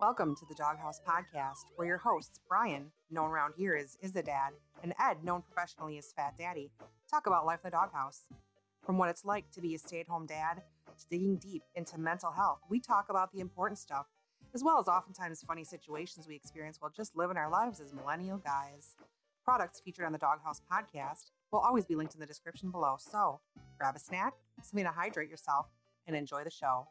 Welcome to the Doghouse Podcast, where your hosts, Brian, known around here as Is a Dad, and Ed, known professionally as Fat Daddy, talk about life in the doghouse. From what it's like to be a stay at home dad to digging deep into mental health, we talk about the important stuff, as well as oftentimes funny situations we experience while just living our lives as millennial guys. Products featured on the Doghouse Podcast will always be linked in the description below, so grab a snack, something to hydrate yourself, and enjoy the show.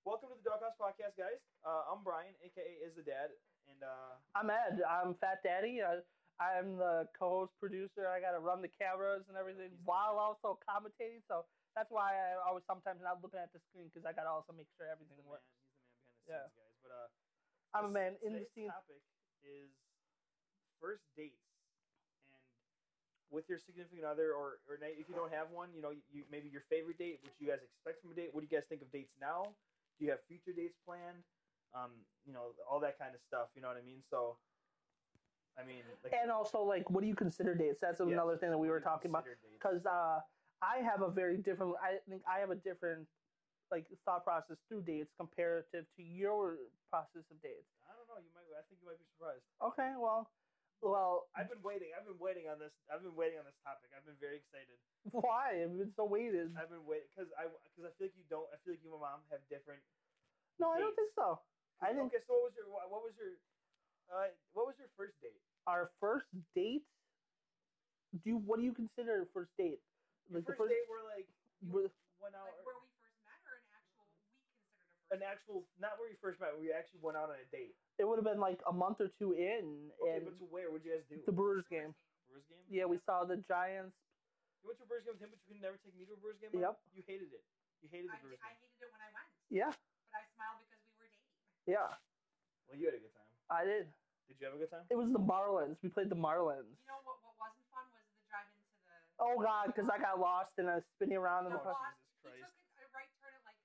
Welcome to the Doghouse Podcast, guys. Uh, I'm Brian, aka Is the Dad, and uh, I'm Ed. I'm Fat Daddy. I, I'm the co-host producer. I gotta run the cameras and everything while also commentating. So that's why I always sometimes not looking at the screen because I gotta also make he's sure the everything man. works. He's the man behind the Yeah. scenes, guys. But uh, I'm a this- man in the today's scene. Topic is first dates, and with your significant other, or or na- if you don't have one, you know, you maybe your favorite date, what you guys expect from a date. What do you guys think of dates now? Do you have future dates planned? Um, you know, all that kind of stuff. You know what I mean? So, I mean, like, And also, like, what do you consider dates? That's Yes. another thing that we what were do you talking about. consider dates? because uh, I have a very different. I think I have a different like thought process through dates comparative to your process of dates. I don't know. You might. I think you might be surprised. Okay, well, well, I've been waiting. I've been waiting on this. I've been waiting on this topic. I've been very excited. why? If it's so weighted. I've been waiting because I because I feel like you don't. I feel like you and mom have different. No, I don't think dates. so. I think- Okay, so what was your wha- what was your uh, what was your first date? Our first date. Do you, what do you consider a first date? Your Like the first, first- date were like you Were- went out Like where we first met, or an actual we considered a first an actual not where you first met. Where you actually went out on a date. It would have been like a month or two in, Okay, and but to where? What'd you guys do? the Brewers game. Brewers game. Yeah, we saw the Giants. You went to a Brewers game with him, but you could never take me to a Brewers game. Mom? Yep. You hated it. You hated I, the Brewers I game. hated it when I went, Yeah, but I smiled because we were dating. yeah, Well, you had a good time. I did. Did you have a good time? It was the Marlins. We played the Marlins. You know what? What wasn't fun was the drive into the. Oh God, because I got lost and I was spinning around in the No, park. lost. he Jesus Christ. took a, a right turn at like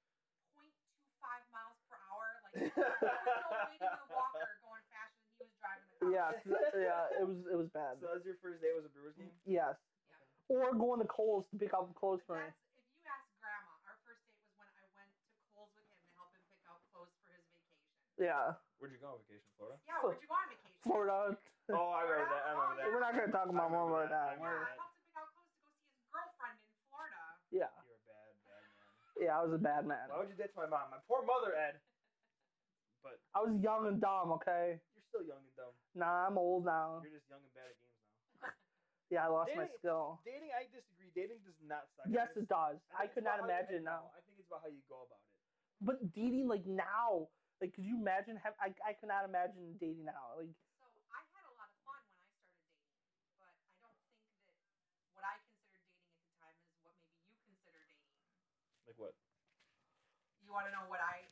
0.25 miles per hour. Like there was no way to the walker going faster than he was driving the car. Yeah, 'cause that- yeah, it was it was So bad. that was your first date. Was a Brewers game. yes, Yeah. or going to Kohl's to pick up clothes But for me. that's, if you ask Grandma, our first date was when I went to Kohl's with him to help him pick out clothes for his vacation. Yeah, Where'd you go on vacation, Florida? Yeah, where'd you go on vacation? Florida. Oh, I remember that. I remember that. We're not gonna talk about more I about that. Yeah, remember I helped him pick out clothes to go see his girlfriend in Florida. Yeah, Ah, You're a bad, bad man. yeah, I was a bad man. Why would you ditch my mom? My poor mother, Ed. But I was young and dumb. Okay, you're still young and dumb. nah, I'm old now. You're just young and bad at games now. Yeah, I lost my Dang. skill. Dating, I disagree. Dating does not suck. Yes, think it does. think I it's could about how you- not imagine now. I think it's about how you go about it. But dating like now, like, could you imagine? Have I? I could not imagine dating now. Like, So I had a lot of fun when I started dating, but I don't think that what I considered dating at the time is what maybe you consider dating. Like what? You want to know what I?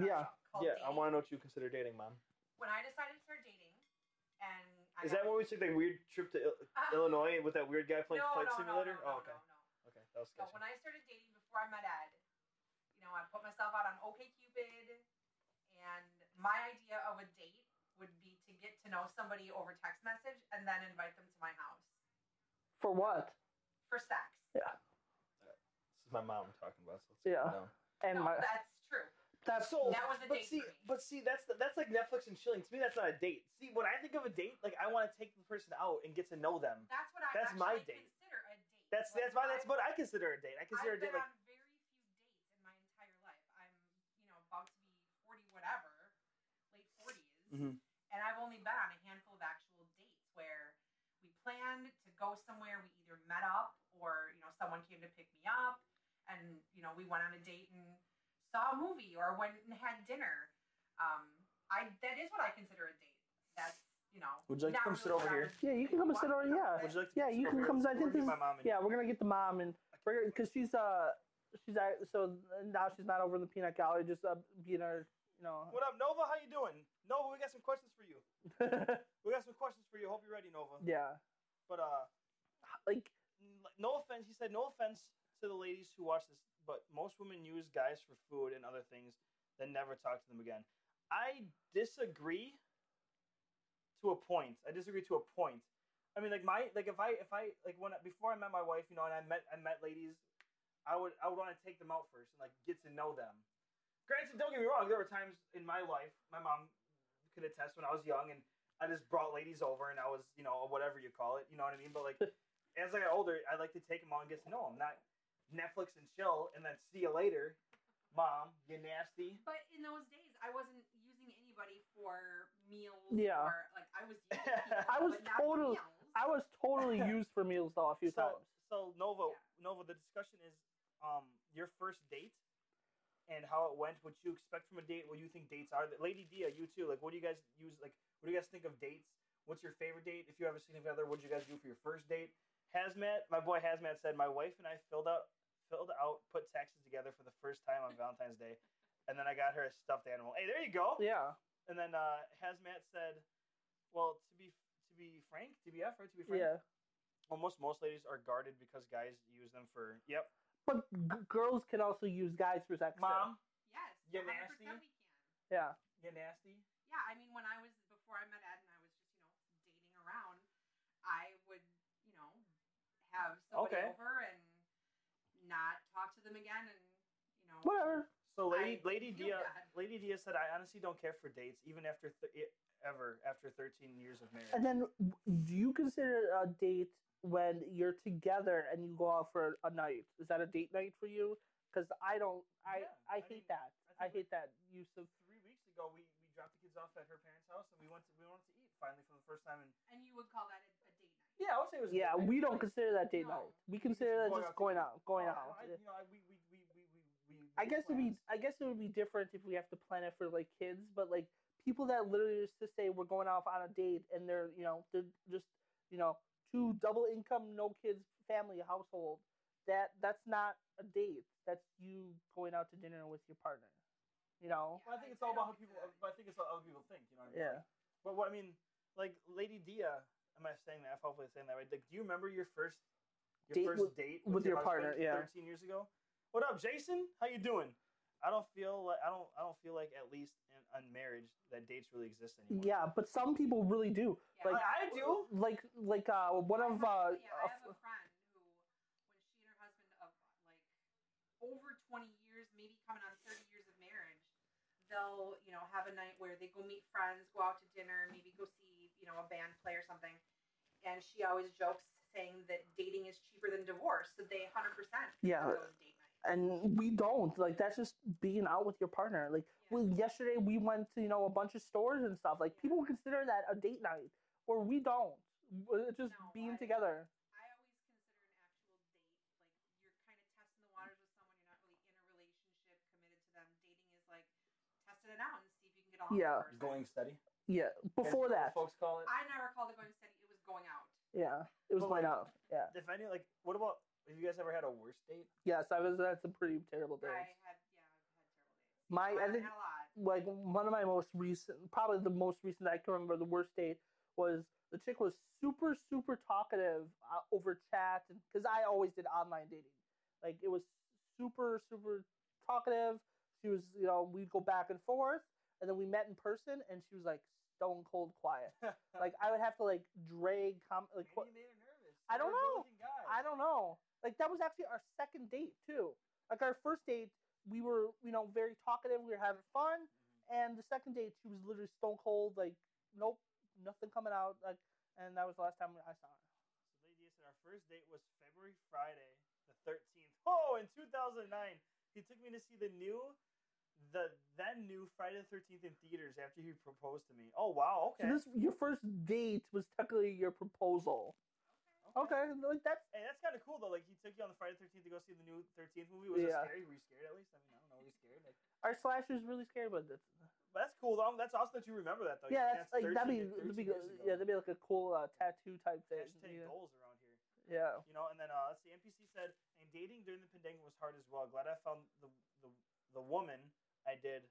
What Yeah. I call yeah, dating? I want to know what you consider dating, mom. When I decided to start dating, and I Is that got- when we took that weird trip to Il- Illinois with that weird guy playing no, Flight no, Simulator? No, no, oh, okay. no, no, no. Okay, that was So sketchy. when I started dating before I met Ed, you know, I put myself out on OKCupid, and my idea of a date would be to get to know somebody over text message and then invite them to my house for what? for sex. This is my mom talking about. So let's Yeah. calm down. And no, my, that's true. that's So, That was a but date see, for me. but see, that's the, that's like Netflix and chilling. To me, that's not a date. See, when I think of a date, like I want to take the person out and get to know them. That's what I That's actually my date. consider a date. That's Like, that's why that's I've- what I consider a date. I consider I've a date been like on very few dates in my entire life. I'm, you know, about to be 40 whatever, late 40s. Mhm. Mm-hmm. And I've only been on a handful of actual dates where we planned to go somewhere, we either met up or, you know, someone came to pick me up and, you know, we went on a date and saw a movie or went and had dinner. Um, I that is what I consider a date. That's, you know, Would you like to not come really sit over what I here? would yeah, you can come and sit over. Yeah, Would you like to Yeah, sit you over can here? come- I think Or do this my is- mom and Yeah, we're gonna get the mom and we're because she's uh she's at, so now she's not over in the peanut gallery, just uh, being our you know. What up, Nova? How you doing? Nova, we got some questions for you. We got some questions for you. Hope you're ready, Nova. yeah, But uh, like n- no offense. He said no offense to the ladies who watch this, but most women use guys for food and other things, then never talk to them again. I disagree to a point. I disagree to a point. I mean, like my like if I if I like when before I met my wife, you know, and I met I met ladies, I would I would want to take them out first and like get to know them. Granted, don't get me wrong. There were times in my life, my mom could attest when I was young, and I just brought ladies over, and I was, you know, whatever you call it. You know what I mean? But like, as I got older, I like to take them all and get to know them, not Netflix and chill, and then see you later, mom. You nasty. But in those days, I wasn't using anybody for meals. Yeah. Or, like I was. Using people, I was but not for totally- meals. I was totally used for meals though a few so, times. So Nova, Yeah. Nova, the discussion is um your first date and how it went. What you expect from a date? What you think dates are? Lady Dia, you too. Like, what do you guys use? Like, what do you guys think of dates? What's your favorite date? If you have a significant other, what did you guys do for your first date? Hazmat, my boy Hazmat said, my wife and I filled out, filled out, put taxes together for the first time on Valentine's Day, and then I got her a stuffed animal. Hey, there you go. Yeah. And then uh, Hazmat said, well, to be to be frank, to be right, to be frank, Yeah. almost most ladies are guarded because guys use them for yep But g- girls can also use guys for sex. too. mom Yes. You 100% nasty? We can. Yeah. you nasty yeah, I mean, when I was before I met Ed and I was just, you know, dating around, I would, you know, have somebody Okay. over and not talk to them again and, you know, Whatever. so lady I lady feel dia bad. lady dia said i honestly don't care for dates even after th- e- ever after 13 years of marriage And then do you consider it a date when you're together and you go out for a night? Is that a date night for you? Because I don't. I Yeah, I, I hate mean, that. I I, think hate that use of. three weeks ago we, we dropped the kids off at her parents house and we went to we went to eat finally for the first time and and you would call that a, a date night. yeah i would say it was a date Yeah, night. we don't consider that date No. night. We consider that Going just out going to- out, going Oh, out. I, you know I, we, we, we, we, we, we I made guess it'd be plans. I guess it would be different if we have to plan it for like kids, but like people that literally just to say we're going off on a date and they're you know they're just you know two double income no kids family household that that's not a date that's you going out to dinner with your partner, you know Well, I I- think it's all I don't about how people. consider I think it's how other people think. You know what I mean? Yeah. Like, but what I mean, like Lady Dia, am I saying that? I'm hopefully saying that right. Like, do you remember your first your Date first with- date with your partner, husband yeah. Thirteen years ago. What up, Jason? How you doing? I don't feel like I don't. I don't feel like at least in, on marriage that dates really exist anymore. yeah but some people really do Yeah. Like- I, I do. like like uh one I of have- uh yeah, I a have f- a friend who, when she and her husband of like over twenty years, maybe coming on thirty years of marriage, they'll you know have a night where they go meet friends, go out to dinner, maybe go see you know a band play or something, and she always jokes saying that dating is cheaper than divorce, so they hundred percent Yeah. those date nights. and we don't like that's just being out with your partner like Yeah. well, yesterday we went to you know a bunch of stores and stuff. Like people consider that a date night, or we don't. We're just No, being I- together. I always consider an actual date like you're kind of testing the waters with someone. You're not really in a relationship, committed to them. Dating is like testing it out and see if you can get along. with Yeah. the person. Going steady. Yeah, before As that. folks call it. I never called it going steady. It was going out. Yeah, it was But, going like- out. Yeah. If any, like, what about? Have you guys ever had a worst date? Yes, I was. That's a pretty terrible day. I had, yeah, I've My, had terrible days. had I think, a lot. like one of my most recent, probably the most recent I can remember, the worst date was the chick was super super talkative uh, over chat, and because I always did online dating, like it was super super talkative. She was, you know, we'd go back and forth, and then we met in person, and she was like stone cold quiet. Like I would have to like drag com like Maybe what- you made her nervous. I don't You're a know. good-looking guy. I don't know. Like that was actually our second date too. Like our first date, we were you know very talkative. We were having fun, and the second date, she was literally stone cold. Like nope, nothing coming out. Like and that was the last time I saw her. So Lady said our first date was February Friday, the thirteenth. Oh, in two thousand nine, he took me to see the new, the then new Friday the thirteenth in theaters after he proposed to me. Oh wow, okay, So this your first date was technically your proposal. Okay, like that's Hey, that's kind of cool though. Like he took you on the Friday the thirteenth to go see the new thirteenth movie. Was Yeah. it scary? Were you scared at least? I mean, I don't know. Were you scared? Like, our slasher's really scary, but that's but that's cool though. That's awesome that you remember that though. Oh, yeah, You- that's like that'd 13 be, that'd be 13 years ago. yeah that'd be like a cool uh, tattoo type thing. Hashtag Yeah. goals around here. yeah, You know, and then uh, let's see, NPC said, and dating during the pandemic was hard as well. Glad I found the the, the woman I did.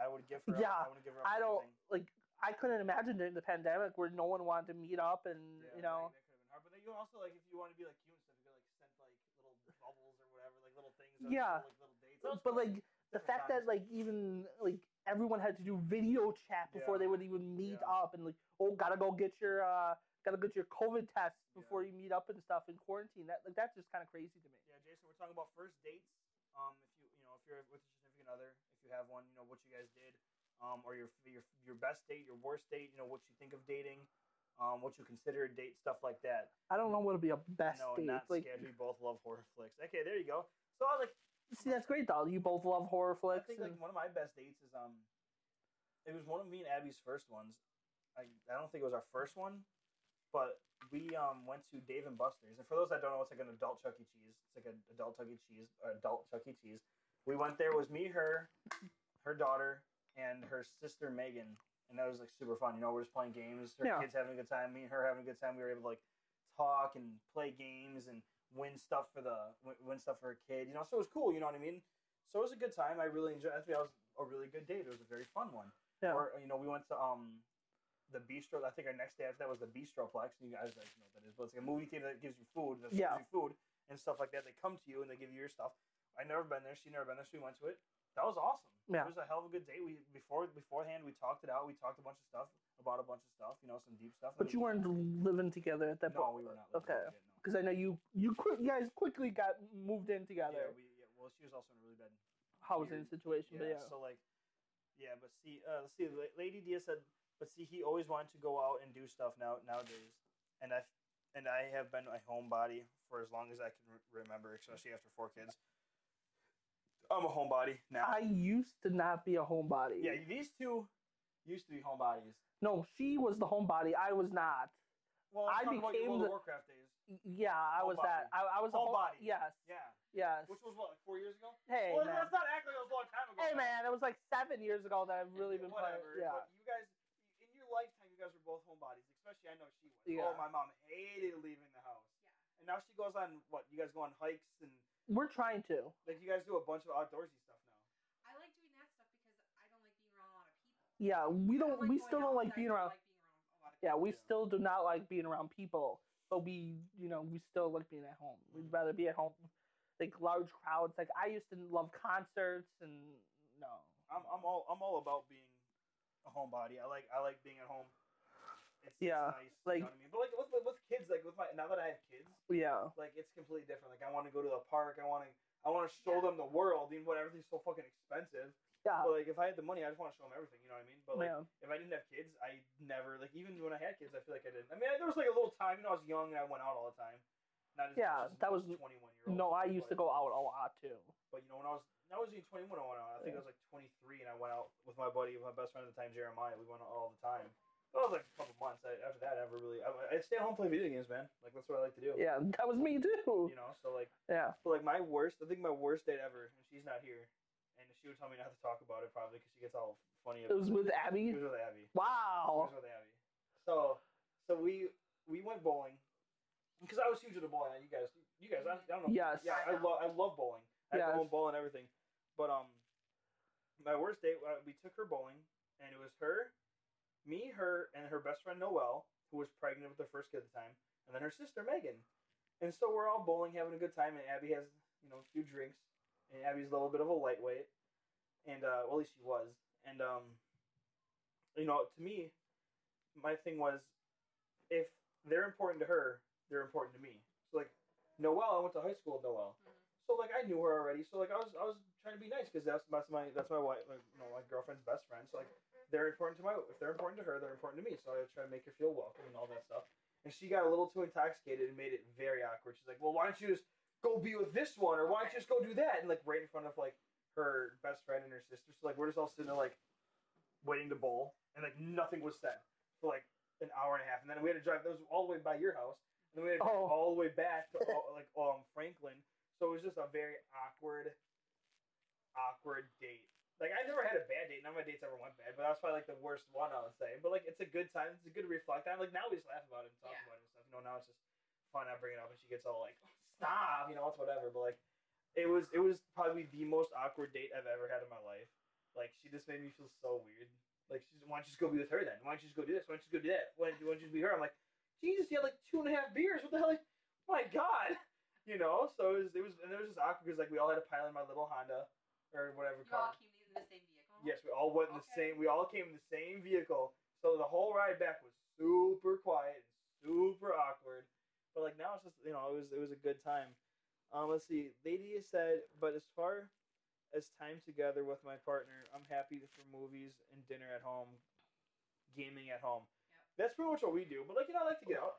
I would give her. Yeah, up. I would give her. Up I for don't everything. like I couldn't imagine during the pandemic where no one wanted to meet up and you Yeah, know. like, that could have been hard. But then you also like if you want to be like cute and stuff, you could like send like little bubbles or whatever, like little things. Or, Yeah. Like little dates. but like the Different fact that times. like even like everyone had to do video chat before Yeah. they would even meet Yeah. up and like oh gotta go get your uh gotta get your covid test Yeah. before you meet up and stuff in quarantine that like that's just kind of crazy to me Yeah, Jason, we're talking about first dates. Um, if you you know if you're with a significant other, if you have one, you know what you guys did, um, or your your your best date, your worst date, you know what you think of dating, um, what you consider a date, stuff like that. I don't know what would be a best no, date. not Like, scared. We both love horror flicks. Okay, there you go. So I was like, see, that's great though. You both love horror I flicks. think like and- one of my best dates is um, it was one of me and Abby's first ones. I I don't think it was our first one, but we um went to Dave and Buster's. And for those that don't know, it's like an adult Chuck E. Cheese. It's like an adult Chuck E. Cheese, or adult Chuck E. Cheese. We went there. It was me, her, her daughter, and her sister Megan, and that was like super fun. You know, we're just playing games. Her Yeah. kids having a good time. Me and her having a good time. We were able to like talk and play games and win stuff for the win- win stuff for her kid. You know, so it was cool. You know what I mean? So it was a good time. I really enjoyed. I think that was a really good date. It was a very fun one. Yeah. Or you know, we went to um the bistro. I think our next day after that was the bistroplex. And you guys like know what that is, but it's like a movie theater that gives you food, that serves Yeah. you food and stuff like that. They come to you and they give you your stuff. I never been there. She never been there. So we went to it. That was awesome. Yeah. It was a hell of a good day. We before beforehand we talked it out. We talked a bunch of stuff about a bunch of stuff. You know, some deep stuff. but you weren't living together at that No, point. we were not. living Okay. together yet, no. Because I know you you qui- you guys quickly got moved in together. Yeah, we, yeah. Well, she was also in a really bad housing weird- situation, but yeah. So like, yeah, but see, uh, see, La- Lady Dia said, but see, he always wanted to go out and do stuff now nowadays, and I, and I have been a homebody for as long as I can re- remember, especially after four kids. I'm a homebody now. I used to not be a homebody. yeah, these two used to be homebodies. No, she was the homebody. I was not. Well, I I became about your became World of the- Warcraft days. Y- Yeah, I was that. I, I was a home- Homebody. Yes. Yeah, Yes. which was what four years ago. hey, well, man. let's not act like it was a long time ago. hey man, it was like seven years ago that I've really been Whatever, playing. Yeah. But you guys, in your lifetime, you guys were both homebodies. Especially, I know she was. Yeah. Oh, my mom hated leaving the house. And now she goes on what? You guys go on hikes and We're trying to. like you guys do a bunch of outdoorsy stuff now. I like doing that stuff because I don't like being around a lot of people. Yeah, we don't. I like we going still out, don't but I like being don't around. like being around a lot of Yeah, we Yeah. still do not like being around people, but we, you know, we still like being at home. Mm. We'd rather be at home, like large crowds. Like I used to love concerts and no. I'm, I'm all I'm all about being a homebody. I like I like being at home. It's, it's Yeah, nice. you like- know what I mean? But like with, with with kids, like with my now that I have kids, Yeah. like it's completely different. Like I want to go to the park. I want to I want to show them the world. Even what everything's so fucking expensive. Yeah. But like if I had the money, I just want to show them everything. You know what I mean? But like yeah. if I didn't have kids, I never like even when I had kids, I feel like I didn't. I mean, I, there was like a little time, you know, I was young and I went out all the time. Not as Yeah, much as that was- twenty one year old. No, I used to go out a lot too. But you know, when I was when I was even twenty one, I went out. I think I was like twenty three, and I went out with my buddy, my best friend at the time, Jeremiah. We went out all the time. That was like a couple months. I, after that, I never really. I, I stay at home, play video games, man. Like that's what I like to do. Yeah, that was me too. You know, so like, Yeah. but like my worst. I think my worst date ever, and she's not here, and she would tell me not to talk about it probably because she gets all funny. It was with It Abby. was with Abby. Wow. Here's what they have you. So, so we we went bowling because I was huge into bowling. You guys, you guys, I, I don't know. Yes. Yeah, I love I love bowling. I yes. Yes. love bowling and everything. But um, my worst date, uh, we took her bowling, and it was her, me, her, and her best friend Noelle, who was pregnant with her first kid at the time, and then her sister Megan. And so we're all bowling, having a good time, and Abby has you know a few drinks, and Abby's a little bit of a lightweight, and uh, well, at least she was, and um, you know, to me, my thing was, if they're important to her, they're important to me. So like, Noelle, I went to high school with Noelle. Mhm. So like I knew her already. So like I was I was trying to be nice because that's that's my that's my wife, like, you know, my girlfriend's best friend. So like they're important to my if they're important to her, they're important to me. So I try to make her feel welcome and all that stuff. And she got a little too intoxicated and made it very awkward. She's like, well, why don't you just go be with this one or why don't you just go do that? And like right in front of like her best friend and her sister. So like we're just all sitting there like waiting to bowl and like nothing was said for like an hour and a half. And then we had to drive those all the way by your house. And then we had to drive Oh. all the way back to all, like um Franklin. So it was just a very awkward, awkward date. Like I never had a bad date. None of my dates ever went bad, but that was probably like the worst one I would say. But like it's a good time. It's a good reflect time. Like now we just laugh about it and talk Yeah. about it and stuff. You know, now it's just fun. I bring it up and she gets all like, "Stop," you know, it's whatever. But like, it was it was probably the most awkward date I've ever had in my life. Like she just made me feel so weird. Like she's why don't you just go be with her then? Why don't you just go do this? Why don't you just go do that? Why don't you, why don't you just be her? I'm like, Jesus, you had like two and a half beers. What the hell? Like, my God, you know. So it was it was and it was just awkward because like we all had to pile in my little Honda or whatever You car. all came in the same vehicle. Yes, we all went in the Okay. same. We all came in the same vehicle, so the whole ride back was super quiet, and super awkward. But like now, it's just you know, it was it was a good time. Um, let's see. Lady said, but as far as time together with my partner. I'm happy for movies and dinner at home, gaming at home. That's pretty much what we do. But like you know, I like to get out.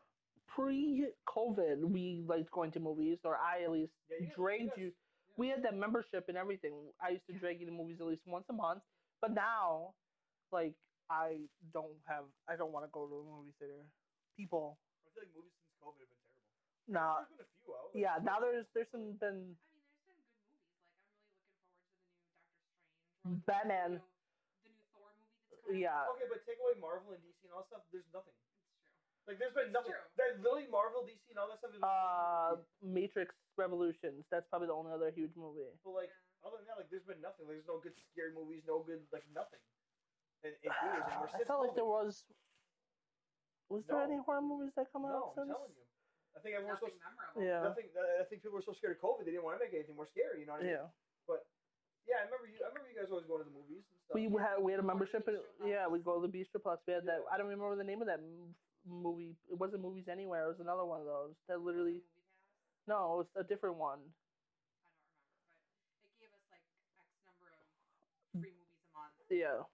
Pre-COVID, we liked going to movies, or I at least Yeah, you guys- dragged guys- you. We had that membership and everything. I used to Yeah. drag you to movies at least once a month, but now, like, I don't have. I don't want to go to a movie theater. People, I feel like movies since COVID have been terrible. now, There's been a few out. like- yeah. Now there's there's some been I mean, there's been good movies. Like I'm really looking forward to the new Doctor Strange. We're looking forward to The new, the Batman. new Thor movie that's coming. Yeah. out. Okay, but take away Marvel and DC and all that stuff. There's nothing. It's true. Like there's been It's nothing. true. There's literally Marvel, DC, and all that stuff. is- uh Matrix Revolutions. That's probably the only other huge movie. but like yeah. other than that, like there's been nothing. There's no good scary movies. No good like nothing. And, and theaters, and we're I since felt like there COVID. was. Was there No. any horror movies that come No, I'm out since? telling you. I think everyone's so Nothing memorable. Yeah. nothing. uh, I think people were so scared of COVID they didn't want to make anything more scary. You know what I mean? Yeah, Yeah, I remember you. I remember you guys always going to the movies and stuff. we we had we had a Go to membership. the In, Bistroplex. yeah, we go to the Bistroplex. We had that. Yeah. I don't remember the name of that m- movie. It wasn't movies anywhere. It was another one of those that literally. Movie pass. No, it was a different one. I don't remember, but it gave us like X number of free movies a month. Yeah.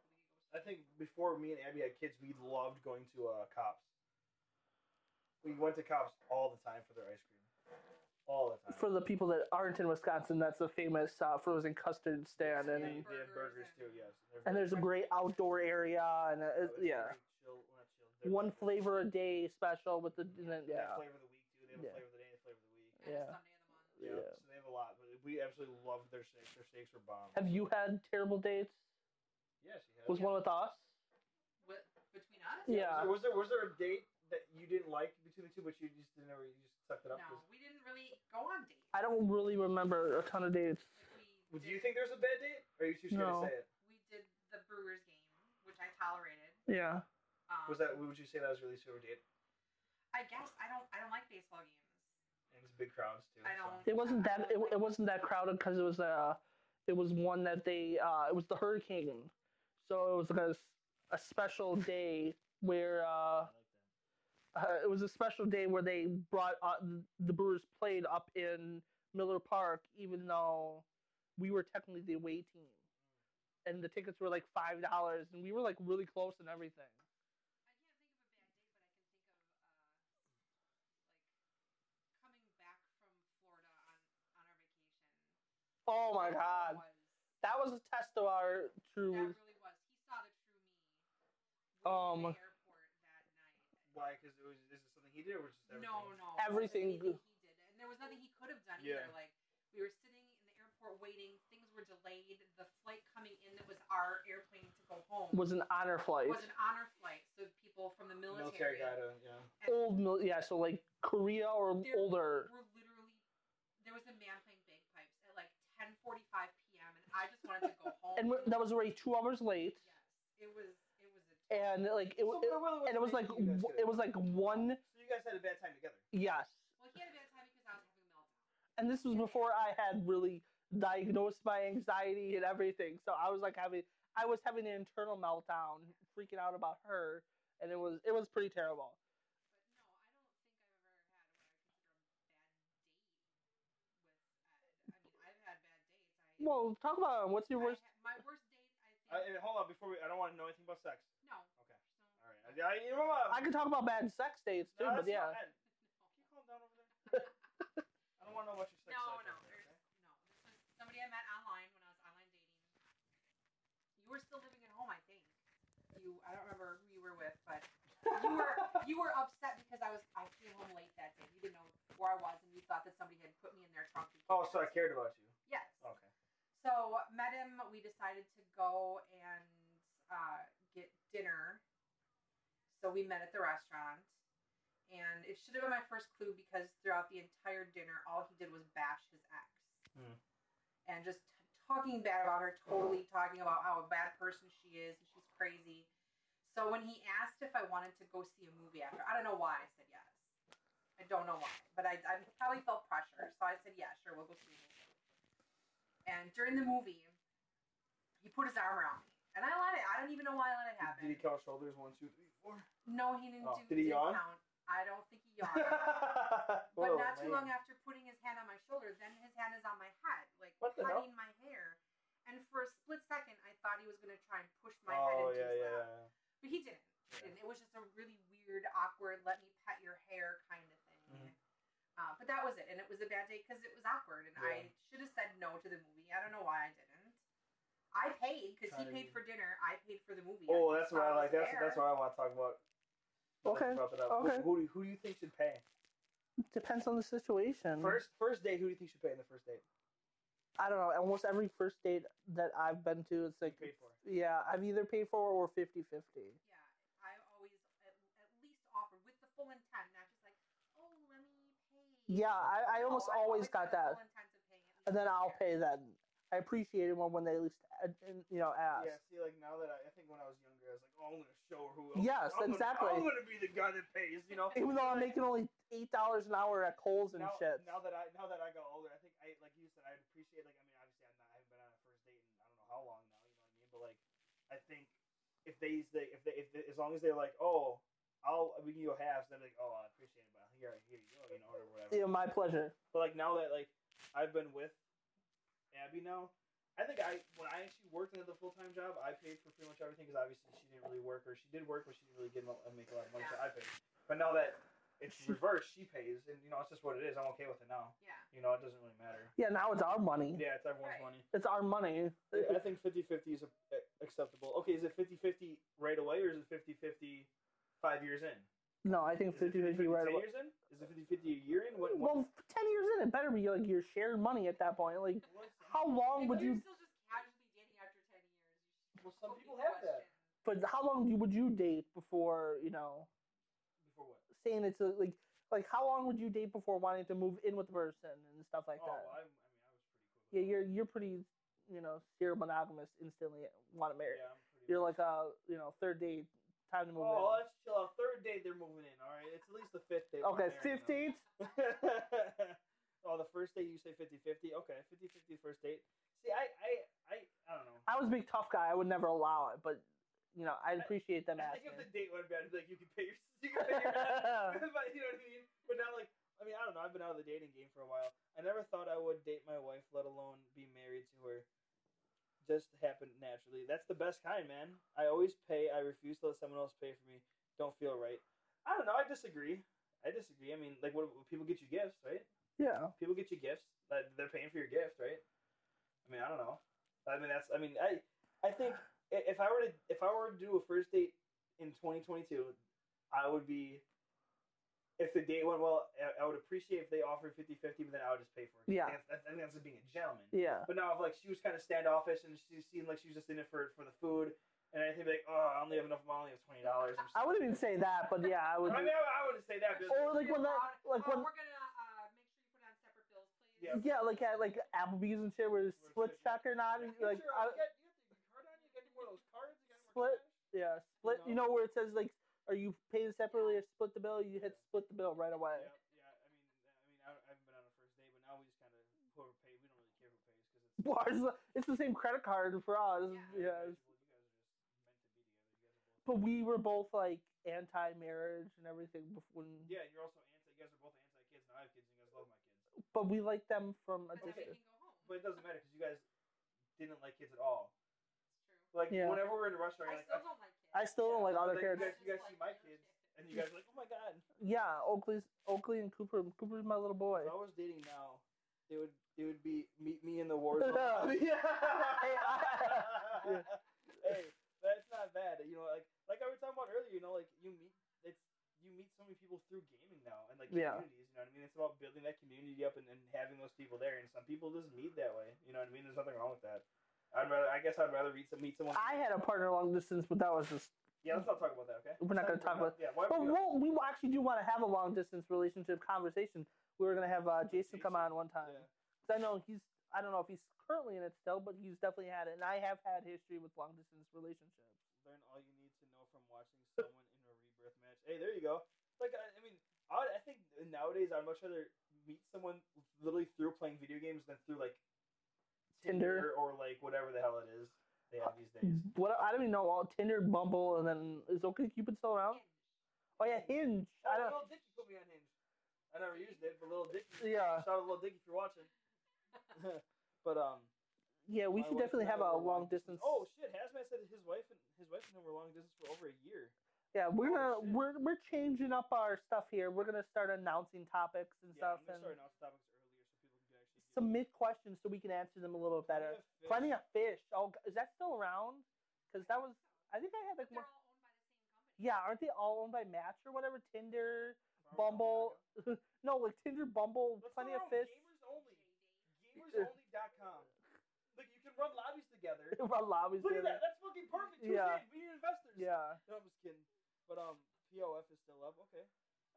I think before me and Abby had kids, we loved going to uh, Cops. We went to Cops all the time for their ice cream, all the time. For the people that aren't in Wisconsin, that's the famous uh, frozen custard stand, and and they they have burgers too, yes. and there's a great outdoor area, and uh, Oh, it- it's yeah, very chill- not chill, they're one burgers. flavor a day special with the and then- They have yeah. flavor of the week too. They have Yeah. a flavor of the day, and a flavor of the week. Yeah. Sunday Yeah. of the month. Yeah. Yeah. So they have a lot, but we absolutely loved their steaks. Their steaks were bomb. Have you had terrible dates? Yes, you have. Was one with us? What, between us? Yeah. Was there was there a date that you didn't like between the two, but you just didn't know you just sucked it up? No, we didn't really go on dates. I don't really remember a ton of dates. Like, we Well, Do you did- think there was a bad date? Or are you too scared No. to say it? we did the Brewers game, which I tolerated? Yeah. Um, Was that would you say that was really super date? I guess I don't. I don't like baseball games. And it's big crowds too. I so- don't. It wasn't that it, it wasn't that crowded because it was uh it was one that they uh it was the hurricane, so it was like a, s- a special day where uh, uh it was a special day where they brought uh, the Brewers played up in Miller Park even though we were technically the away team, and the tickets were like five dollars and we were like really close and everything. I can't think of a bad date, but I can think of uh, like coming back from Florida on on our vacation. Oh my That god. was- That was a test of our That true. really was. He saw the true me. Um, Um. The airport that night. Why? Because it was is it something he did or was it just everything? No, no. Everything. There was nothing he did, and there was nothing he could have done Yeah. either. Like we were sitting in the airport waiting. Things were delayed. The flight coming in that was our airplane to go home was an honor flight. was an honor flight. So people from the military, Military guy to yeah. old, mil- yeah. So like Korea or There- older. were literally. There was a man playing bagpipes at like 10:45 p.m. and I just wanted to go home. And we- that was already two hours late. Yes, it was. It was a. And like it, So, wa- it but really and it was like wasn't anything you guys w- could it have was like one done. So you guys had a bad time together. yes. Well, he had a bad time because I was having a meltdown. And this was before I had really diagnosed my anxiety and everything. So I was like having I was having an internal meltdown, freaking out about her, and it was it was pretty terrible. But no, I don't think I've ever had what I consider a bad date with Ed. I mean, I've had bad dates. I, Well, talk about it. what's your I worst. had- my worst date, I I, think. and hold on, before we, I don't want to know anything about sex. no. Okay. there's All right. I, I, you know what? I could talk about bad sex dates too, No, but that's yeah. not- Ed, Can you calm down over there? I don't want to know about your No, sex. no, life no. over there, There's, okay? no. This was somebody I met online when I was online dating. You were still living at home, I think. You, I don't remember who you were with, but you were you were upset because I was I came home late that day. You didn't know where I was, and you thought that somebody had put me in their trunk. and Oh, kidnapped so I me. cared about you. Yes. Okay. So met him. We decided to go and uh, get dinner. So we met at the restaurant, and it should have been my first clue because throughout the entire dinner, all he did was bash his ex, Hmm. and just t- talking bad about her. Totally talking about how a bad person she is and she's crazy. So when he asked if I wanted to go see a movie after, I don't know why I said yes. I don't know why, but I, I probably felt pressure, so I said, "Yeah, sure, we'll go see a movie." And during the movie, he put his arm around me, and I let it. I don't even know why I let it Did- happen. Did he count shoulders? One, two, three, four. No, he didn't Oh, do. did he didn't yawn? Count. I don't think he yawned. but Oh, but not too long after putting his hand on my shoulder, then his hand is on my head, like What the hell? cutting my hair. And for a split second, I thought he was going to try and push my head oh into yeah, his yeah, lap. yeah. But he didn't. He Yeah. didn't. It was just a really weird, awkward, let me pet your hair kind of thing. Mhm. Uh, but that was it. And it was a bad day because it was awkward. And I should have said no to the movie. I don't know why I didn't. I paid because he Kinda paid for weird. dinner. I paid for the movie. Oh, I that's thought what I it like. was That's that's fair. what I want to talk about. Since I Okay, brought that up. okay. Who, who do you, who do you think should pay? Depends on the situation. First first date, who do you think should pay in the first date? I don't know. Almost every first date that I've been to, it's like, paid for. yeah, I've either paid for or 50 50. Yeah, I always at, at least offer with the full intent, not just like, oh, let me pay. Oh, Yeah, I, I No, almost always have got the that. full intent of paying at And then least I'll fair. pay then. I appreciate it when, when they at least, uh, you know, ask. Yeah, see, like now that I, I think when I was younger, I was like, oh, I'm gonna show her who. Yes, I'm gonna- exactly. I'm gonna be the guy that pays, you know. Even though I'm making only $8 an hour at Kohl's and now, shit. now that I now that I got older, I think I like you said, I'd appreciate like I mean, obviously, I'm not, I haven't been on a first date in I don't know how long now, you know what I mean? But like, I think if they they if they, if they as long as they're like, oh, I'll we can go halves, then like, oh, I appreciate it, but here here you go, you know, or whatever. yeah, my pleasure. But like now that like I've been with Abby now, I think I when I actually worked another full time job, I paid for pretty much everything because obviously she didn't really work or she did work, but she didn't really get mo- make a lot of money, so I paid. But now that it's reversed, she pays, and you know it's just what it is. I'm okay with it now. Yeah. You know it doesn't really matter. Yeah, now it's our money. Yeah, it's everyone's Right. money. It's our money. Uh, I think 50-50 is a- acceptable. Okay, is it 50-50 right away or is it 50-50 five years in? No, I think Is it 50 50 right 10 away. years in? Is it 50-50 a year in? What, what, Well, 10 years in, it better be like your shared money at that point. Like, how long If Oh, would you're you, still just casually dating after 10 years, you should well, some open people the have that. question. but how long do- would you date before, you know, Before what? saying it's a, like, like how long would you date before wanting to move in with the person and stuff like oh, that? I, I mean, I was pretty quick. yeah, you're you're pretty, you know, serial monogamous. Instantly want to marry. Yeah, I'm pretty You're like a, you know, third date time to move Oh, in. let's chill out. Third date they're moving in. All right, it's at least the fifth day. we're Okay, married now. fifteenth. oh, the first date you say 50-50. Okay, 50-50 first date. See, I, I, I, I don't know. I was a big tough guy. I would never allow it, but you know, I I- appreciate them I think asking. if the date went bad, I'd be like, you can pay your, you can pay your, but you know what I mean. But now, like, I mean, I don't know. I've been out of the dating game for a while. I never thought I would date my wife, let alone be married to her. Just happened naturally. That's the best kind, man. I always pay. I refuse to let someone else pay for me. Don't feel right. I don't know. I disagree. I disagree. I mean, like, what people get you gifts, right? yeah, People get you gifts. Like, they're paying for your gift, right? I mean, I don't know. I mean, that's. I mean, I. I think i- if I were to if I were to do a first date in 2022, I would be. If the date went well, I- I would appreciate if they offered 50 50, but then I would just pay for it. Yeah. I think that's, I think that's being a gentleman. yeah. But now, if like she was kind of standoffish and she seemed like she was just in it for, for the food, and I think like, oh, I only have enough, I only have $20. or I wouldn't even say that, but yeah, I would. I mean, I, I wouldn't say that, but Or like when that, like Uh, when, we're gonna uh, make sure you put on separate bills, please. Yeah. yeah, like at like Applebee's and shit, where it's split check or not, and, like I, Split. yeah, split. You know where it says like, are you paying separately or split the bill? You hit split the bill right away. Yeah, yeah. I mean, I mean, I, I haven't been on a first date, but now we just kind of whoever pays. We don't really care who pays because it's. Well, it's, the- it's the same credit card for us. Yeah. Yeah. You guys, well, you guys are just meant to be together. You guys are both. But we were both like anti-marriage and everything. bef- When, Yeah, you're also anti. You guys are both anti kids, and I have kids, and you guys love my kids. But we like them from a But then we distance. can go home. But it doesn't matter because you guys didn't like kids at all. It's true. Like Yeah. whenever we're in a restaurant, I you're like, "Oh, still don't like kids. I still don't like other Like, characters. guys- you guys see my kids, and you guys are like, oh my god. Yeah, Oakley's Oakley and Cooper. Cooper's my little boy. If I was dating now, it would it would be meet me in the war zone. Yeah. hey, that's not bad. You know, like like I was talking about earlier. You know, like you meet it's you meet so many people through gaming now, and like Yeah. communities. You know what I mean? It's about building that community up and, and having those people there. And some people just meet that way. You know what I mean? There's nothing wrong with that. I'd rather. I guess I'd rather meet some meet someone. I had a partner long distance, but that was just. yeah, let's not talk about that. Okay. We're not gonna talk about- Yeah. Why But we gonna- we'll, we actually do want to have a long distance relationship conversation. We were gonna have uh, Jason come Jason, on one time. yeah. 'Cause I know he's. I don't know if he's currently in it still, but he's definitely had it, and I have had history with long distance relationships. learn all you need to know from watching someone in a rebirth match. Hey, there you go. Like I, I mean, I, would- I think nowadays I'd much rather meet someone literally through playing video games than through like Tinder. Mm-hmm. or like whatever the hell it is they have these days. What I don't even know. All Tinder, Bumble, and then is OK Cupid still around? Oh yeah, Hinge. I don't. Little Oh, Dicky put me on hinge. I never used it, but little Dicky. Yeah. Shout out little Dicky if you're watching. but um, yeah, we My should wife definitely and I have a were long distance. Oh shit! Hazmat said his wife and his wife and him were long distance for over a year. yeah, we're oh, gonna shit. we're we're changing up our stuff here. We're gonna start announcing topics and Yeah, stuff I'm gonna and start announcing topics earlier so people can actually get submit questions so we can answer them a little bit better. Plenty of fish. Oh, g- is that still around? Because that was I think I had like They're more. all owned by the same company. Yeah, aren't they all owned by Match or whatever? Tinder, Bumble. no, like Tinder, Bumble, Let's plenty go around of fish. Gamers only. Gamersonly.com. Like you can run lobbies together. Our lobbies Look at together. that. That's fucking perfect. Tuesday. Yeah. We need investors. Yeah. No, I'm just kidding. But um, POF is still up. Okay. I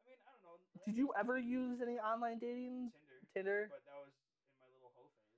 mean, I don't know. Did you ever use any online dating? Tinder? Tinder. But that was in my little hoe phase.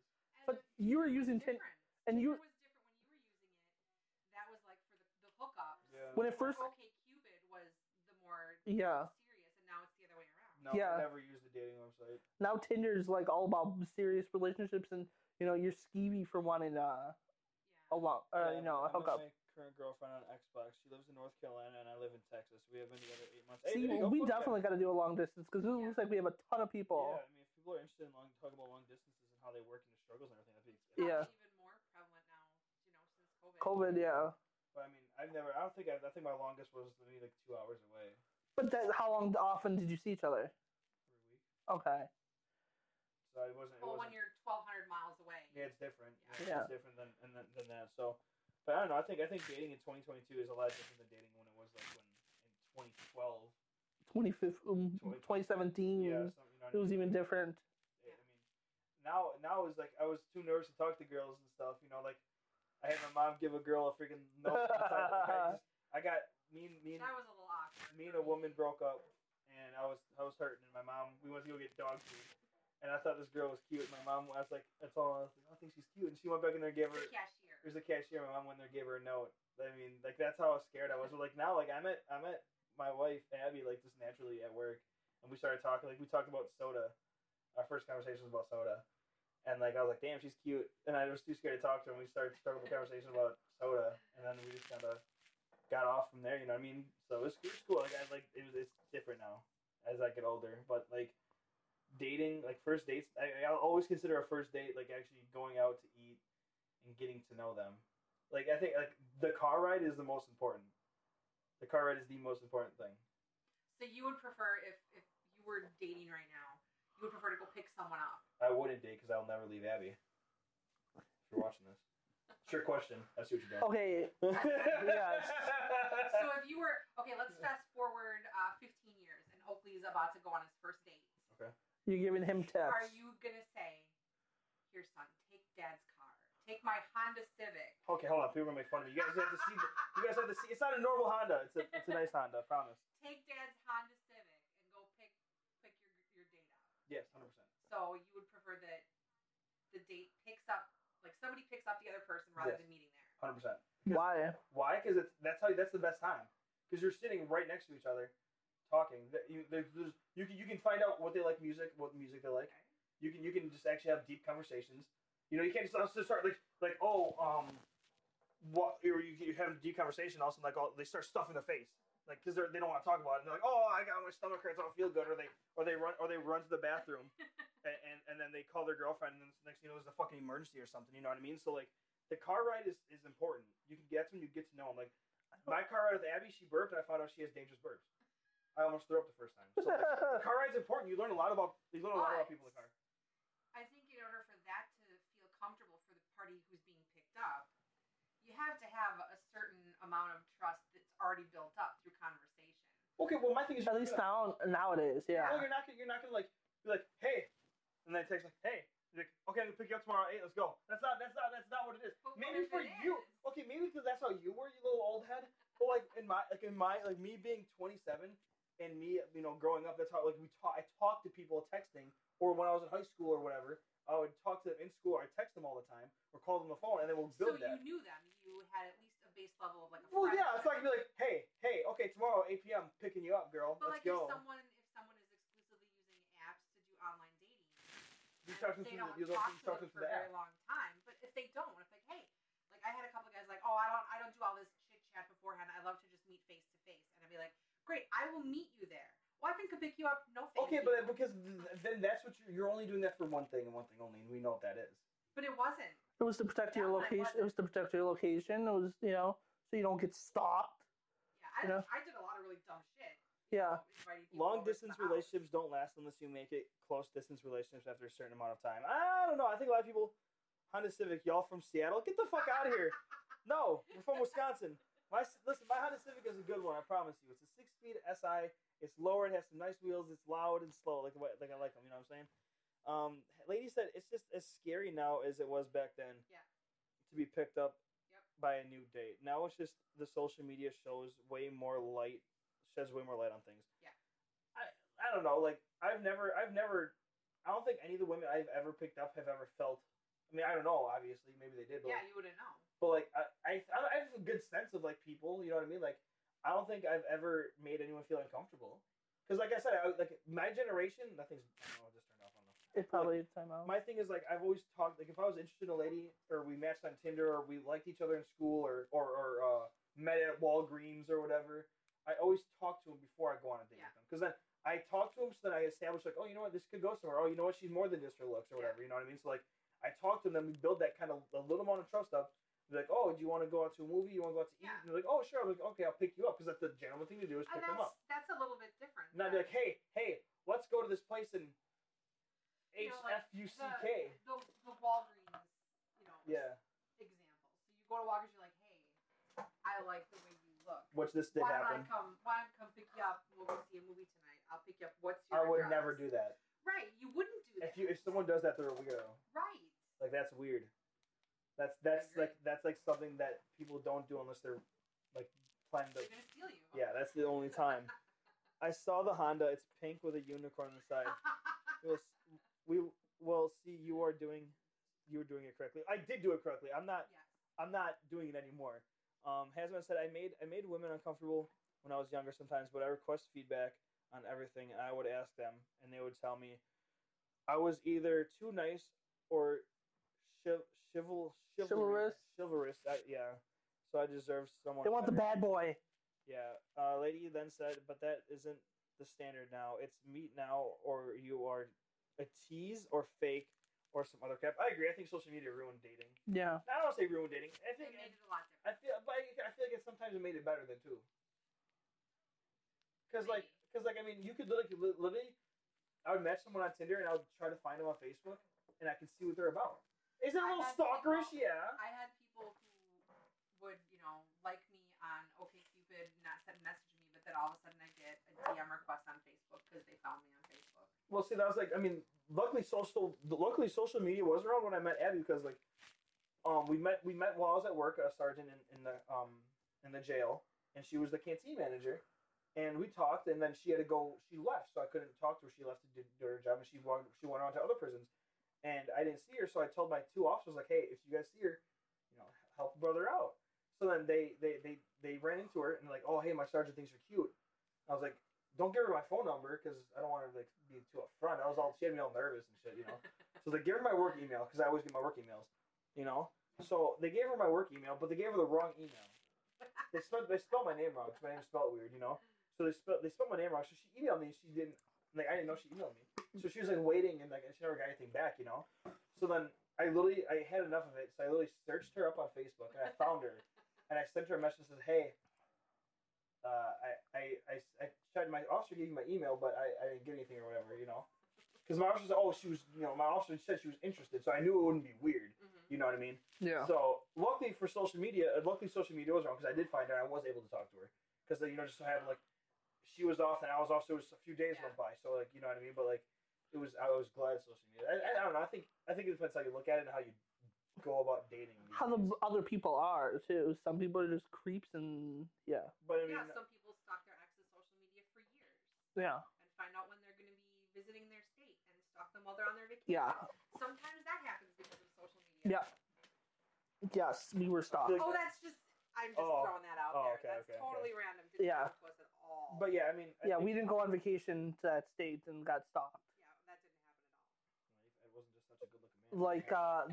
And But the- you were using Tinder different. and you Tinder was different when you were using it. That was like for the, the hookups. Yeah. when it first. Okay, Cupid was the more Yeah. serious, and now it's the other way around. No, Yeah. I never used a dating website. Now Tinder's like all about serious relationships, and you know you're skeevy for wanting uh, a Yeah. long, uh, you Yeah, know, I a met hookup. My current girlfriend on Xbox. She lives in North Carolina, and I live in Texas. We have been together eight months. Hey, See, there you go, we fuck yeah. definitely got to do a long distance because it Yeah. looks like we have a ton of people. Yeah, I mean, if people are interested in long, talking about long distances and how they work and the struggles and everything, that'd be. Probably Yeah. Even more prevalent now, you know, since COVID. COVID, yeah. But I mean, I've never. I don't think. I've, I think my longest was maybe like two hours away. But that, how long often did you see each other? for a week. Okay. So it wasn't. It Well, Oh, when wasn't you're 1,200 miles away. yeah, it's different. Yeah. It's different than, and than than that. So, but I don't know. I think I think dating in 2022 is a lot different than dating when it was like when in 2012. 25th, um, Twenty- 2017. Yeah. Something, you know what Mm. It was I mean? even different. I mean, now now is like I was too nervous to talk to girls and stuff. You know, like I had my mom give a girl a freaking note. on the side. Like, I, just, I got me and me and That was a little awkward. me and a woman broke up, and I was I was hurting, and my mom we went to go get dog food, and I thought this girl was cute. My mom I was like, that's all. I, was like, I think she's cute, and she went back in there and gave her. The cashier. There's a cashier. My mom went there and gave her a note. I mean, like that's how scared I was. But, like now, like I met I met my wife Abby like just naturally at work, and we started talking. Like we talked about soda. Our first conversation was about soda, and like I was like, damn, she's cute. And I was too scared to talk to her. And we started starting a conversation about soda, and then we just kind of got off from there. You know what I mean? So it's was cool. Like I like it was it's different now as I get older, but like. Dating, like first dates, I, I'll always consider a first date like actually going out to eat and getting to know them. Like I think like the car ride is the most important. The car ride is the most important thing. So you would prefer if if you were dating right now, you would prefer to go pick someone up. I wouldn't date because I'll never leave Abby. If you're watching this, sure question. I see what you're doing. Okay. yes. So if you were okay, let's fast forward uh, 15 years, and Oakley is about to go on his first date. You're giving him tips. Are you gonna say, "Here, son, take Dad's car, take my Honda Civic"? Okay, hold on. People are gonna make fun of me. You guys have to see. The, you guys have to see. It's not a normal Honda. It's a it's a nice Honda. I promise. Take Dad's Honda Civic and go pick pick your your date up. Yes, hundred percent. So you would prefer that the date picks up, like somebody picks up the other person rather Yes. than meeting there. Hundred percent. Why? Why? Because it's that's how that's the best time. Because you're sitting right next to each other, talking. That You there- there's, you can you can find out what they like music, what music they like. You can you can just actually have deep conversations. You know, you can't just, also start like like oh um, what or you you have a deep conversation. Also, like oh, they start stuffing the face. Like, cause they're, they don't want to talk about it. And they're like, "Oh, I got my stomach hurts. I don't feel good." Or they, or they run, or they run to the bathroom, and, and, and then they call their girlfriend, and then next thing you know, there's a fucking emergency or something. You know what I mean? So like, the car ride is, is important. You can that's when you get to know them. Like, my car ride with Abby, she burped, and I found out she has dangerous burps. I almost threw up the first time. So like, the car ride's important. You learn a lot about you learn a lot about people in the car. I think in order for that to feel comfortable for the party who's being picked up, you have to have a certain amount of trust that's already built up through conversation. Okay, well my thing is At least now nowadays, yeah. Well, you're not gonna, you're not gonna like be like hey, and then it takes like hey. You're Like, okay, I'm gonna pick you up tomorrow. Hey, let's go. That's not. That's not. That's not what it is. But what if Maybe for it you. is? Okay, maybe because that's how you were, you little old head. But like in my, like in my, like me being 27 and me, you know, growing up, that's how like we talk. I talked to people texting, or when I was in high school or whatever, I would talk to them in school. I text them all the time, or call them on the phone, and then we'll So build that. you knew them. You had at least a base level of like. A Well, friendship. yeah, it's like be like, hey, hey, okay, tomorrow 8 p.m. picking you up, girl. But like let's go. if someone if someone is exclusively using apps to do online dating, you and talk to them they through don't the- you talk to talk to them them for a through the app. very long time. But if they don't, if like hey, like I had a couple guys like, oh, I don't I don't do all this chit chat beforehand. I love to just meet face to face, and I'd be like, great, I will meet you there. Well, I can pick you up. No thank Okay, you. but because th- then that's what you're, you're only doing that for one thing and one thing only, and we know what that is. But it wasn't. It was to protect your Yeah, it location. wasn't. It was to protect your location. It was, you know, so you don't get stalked. Yeah, I, You know? I did a lot of really dumb shit. Yeah. Uh, Long distance relationships don't last unless you make it close distance relationships after a certain amount of time. I don't know. I think a lot of people, Honda Civic, y'all from Seattle, get the fuck out of here. No, we're from Wisconsin. My listen, my Honda Civic is a good one. I promise you. It's a six speed SI. It's lower. It has some nice wheels. It's loud and slow, like the way- like I like them. You know what I'm saying? Um, lady said it's just as scary now as it was back then. Yeah. To be picked up Yep. by a new date. Now it's just the social media shows way more light, sheds way more light on things. Yeah. I I don't know. Like I've never I've never I don't think any of the women I've ever picked up have ever felt. I mean I don't know. Obviously, maybe they did. But Yeah, you wouldn't know. but like I, I I have a good sense of like people. You know what I mean? Like I don't think I've ever made anyone feel uncomfortable. Because like I said, I, like my generation, nothing's. I don't know, I just turned off on them. It probably time out. My thing is like I've always talked like if I was interested in a lady or we matched on Tinder or we liked each other in school or or, or uh, met at Walgreens or whatever, I always talk to him before I go on a date Yeah. with them. Because then I talk to him, so then I establish like, oh, you know what, this could go somewhere. Oh, you know what, she's more than just her looks Yeah. or whatever. You know what I mean? So like, I talk to them, we build that kind of a little amount of trust up. They're like, oh, do you want to go out to a movie? You want to go out to eat? Yeah. And they're like, oh, sure. I'm like, okay, I'll pick you up because that's the gentleman thing to do is And pick them that's up. that's a little bit different. And I'd be like, hey, hey, let's go to this place in You H know, F like, U the, C K. the the Walgreens, you know, Yeah, example. So you go to Walgreens, you're like, hey, I like the way you look. which this did why happen. don't I come? Why don't I come pick you up? We'll go see a movie tonight. I'll pick you up. What's your? I would address? never do that. Right, you wouldn't do that. If you if someone does that, they're a weirdo. right, Like that's weird. That's that's agree. like that's like something that people don't do unless they're like planning to they're gonna steal you. Yeah, that's the only time. I saw the Honda. It's pink with a unicorn on the side. We'll, s- we well see. You are doing, you were doing it correctly. I did do it correctly. I'm not. yes. I'm not doing it anymore. Um, Hasman said I made I made women uncomfortable when I was younger sometimes, but I request feedback on everything, and I would ask them, and they would tell me I was either too nice or chiv- chival chivalrous Chivalrous? chivalrous. I, yeah, so I deserve someone. They want the better. bad boy. Yeah. Uh, lady then said, but that isn't the standard now. It's meet now, or you are a tease or fake or some other crap. I agree. I think social media ruined dating. Yeah. I don't say ruined dating. They I think made it a lot different. I feel, but I, I feel like it sometimes it made it better than too. Cause like, cause like, I mean, you could literally, li- literally, I would match someone on Tinder and I would try to find them on Facebook and I could see what they're about. Is it a I little had stalkerish? people- Yeah. I had people who would, you know, like me on OkCupid, not send message me, but then all of a sudden I get a DM request on Facebook because they found me on Facebook. Well, see, that was like, I mean, luckily social, luckily social media was around when I met Abby because like, um, we met, we met while I was at work, a sergeant in, in the, um, in the jail, and she was the canteen manager, and we talked, and then she had to go, she left, so I couldn't talk to her. She left to do, do her job, and she walked, she went on to other prisons, and I didn't see her, so I told my two officers like, hey, if you guys see her, you know, help a brother out. So then they, they, they, they ran into her and like, oh, hey, my sergeant thinks you're cute. I was like, don't give her my phone number because I don't want her to like be too upfront. I was all she had me all nervous and shit, you know. so they gave her my work email because I always get my work emails, you know. So they gave her my work email, but they gave her the wrong email. They spelled they spelled my name wrong because my name's spelled weird, you know. So they spelled they spelled my name wrong. So she emailed me. and She didn't like I didn't know she emailed me. So she was like waiting and like she never got anything back, you know. So then I literally I had enough of it, so I literally searched her up on Facebook and I found her and I sent her a message that says, "Hey, uh, I, I, I, I tried. My officer gave me my email, but I, I didn't get anything or whatever, you know. Because my officer said, oh, she was, you know, my officer said she was interested, so I knew it wouldn't be weird. Mhm. You know what I mean? Yeah. So luckily for social media, uh, luckily social media was wrong because I did find her. and I was able to talk to her because you know just so happened like she was off and I was off, so it was a few days Yeah. went by. So like you know what I mean. But like it was, I was glad social media. I, I, I don't know. I think I think it depends how you look at it and how you go about dating. these How the days. other people are too. Some people are just creeps and yeah. but I mean, Yeah, some people stalk their ex's social media for years Yeah. and find out when they're going to be visiting their state and stalk them while they're on their vacation. Yeah. Sometimes that happens because of social media. Yeah. Yes, we were stalked. Oh, that's just I'm just Oh. throwing that out Oh, there. okay, that's okay, okay. totally random. Didn't Yeah. come to us at all. but yeah, I mean, I Yeah, think- we didn't go on vacation to that state and got stalked. yeah, that didn't happen at all. It wasn't just such a good looking man. Like uh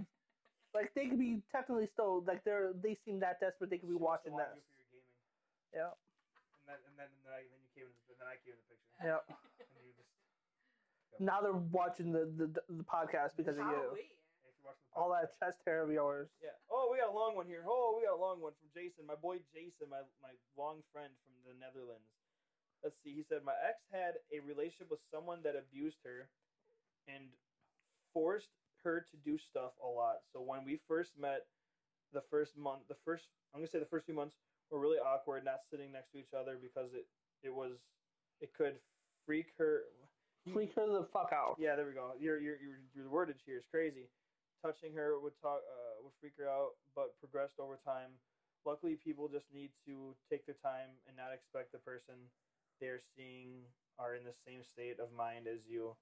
like they could be technically still like they're they seem that desperate they could be She must have watching wanted this. You for your gaming. E Yeah. And then and then and then I, then you came in the, then I came in the picture. Yeah. And you just Now they're watching the the, the podcast because of you. Probably. if you watching the All podcast. that chest hair of yours. Yeah. Oh, we got a long one here. Oh, we got a long one from Jason, my boy Jason, my my long friend from the Netherlands. Let's see. He said my ex had a relationship with someone that abused her and forced her to do stuff a lot. So when we first met, the first month, the first I'm gonna say the first few months were really awkward, not sitting next to each other because it it was it could freak her. Freak her the fuck out. Yeah, there we go. Your your your, your wordage here is crazy. Touching her would talk uh, would freak her out, but progressed over time. Luckily, people just need to take their time and not expect the person they're seeing are in the same state of mind as you.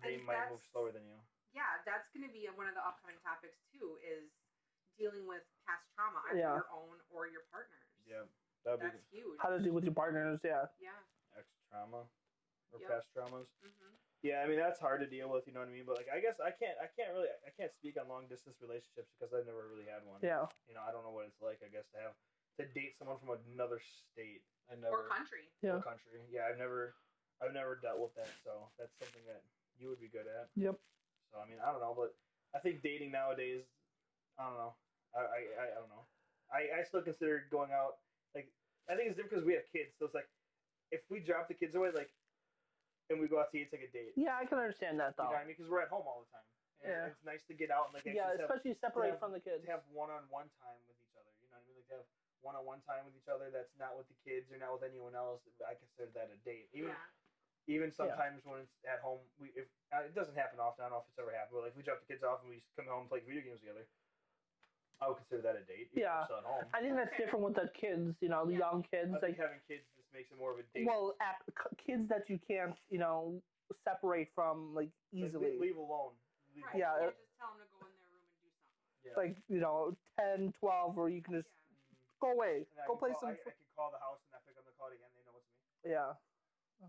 They And might move that's- slower than you. yeah, that's going to be one of the upcoming topics too. Is dealing with past trauma, either Yeah. your own or your partner's. that'd be that's huge. How to deal with your partners, yeah. yeah. ex trauma or Yep. past traumas. hmm Yeah, I mean that's hard to deal with. You know what I mean? But like, I guess I can't. I can't really. I can't speak on long distance relationships because I've never really had one. Yeah. you know, I don't know what it's like. I guess to have to date someone from another state. I Or never country. or Yeah. country. Yeah, I've never, I've never dealt with that. So that's something that you would be good at. Yep. So I mean, I don't know, but I think dating nowadays, I don't know. I I, I, I don't know. I, I still consider going out like I think it's different because we have kids. So it's like if we drop the kids away, like, and we go out to eat, it's like a date. Yeah, I can understand that You though. know what I mean? Because we're at home all the time. And Yeah. It's nice to get out and like Yeah, actually have- especially separate have- from the kids. to have one-on-one time with each other. You know what I mean? Like to have one-on-one time with each other. That's not with the kids or not with anyone else. I consider that a date. Even yeah. even sometimes when it's at home, we if uh, it doesn't happen often. I don't know if it's ever happened, but like we drop the kids off and we just come home and play video games together. I would consider that a date. even Yeah. if it's not at home. I think that's different with the kids, you know, the Yeah. young kids. I Like, think having kids just makes it more of a date. well, at, c- kids that you can't, you know, separate from like Like, le- easily. leave, alone. Leave Right. Yeah, You alone. can't just tell them to go in their room and do something. yeah. Like, you know, 10, 12, or you can just Yeah. Mhm. go away, And I go can play call- some. I, I can call the house and I pick up the call again. They know it's me. fr- yeah.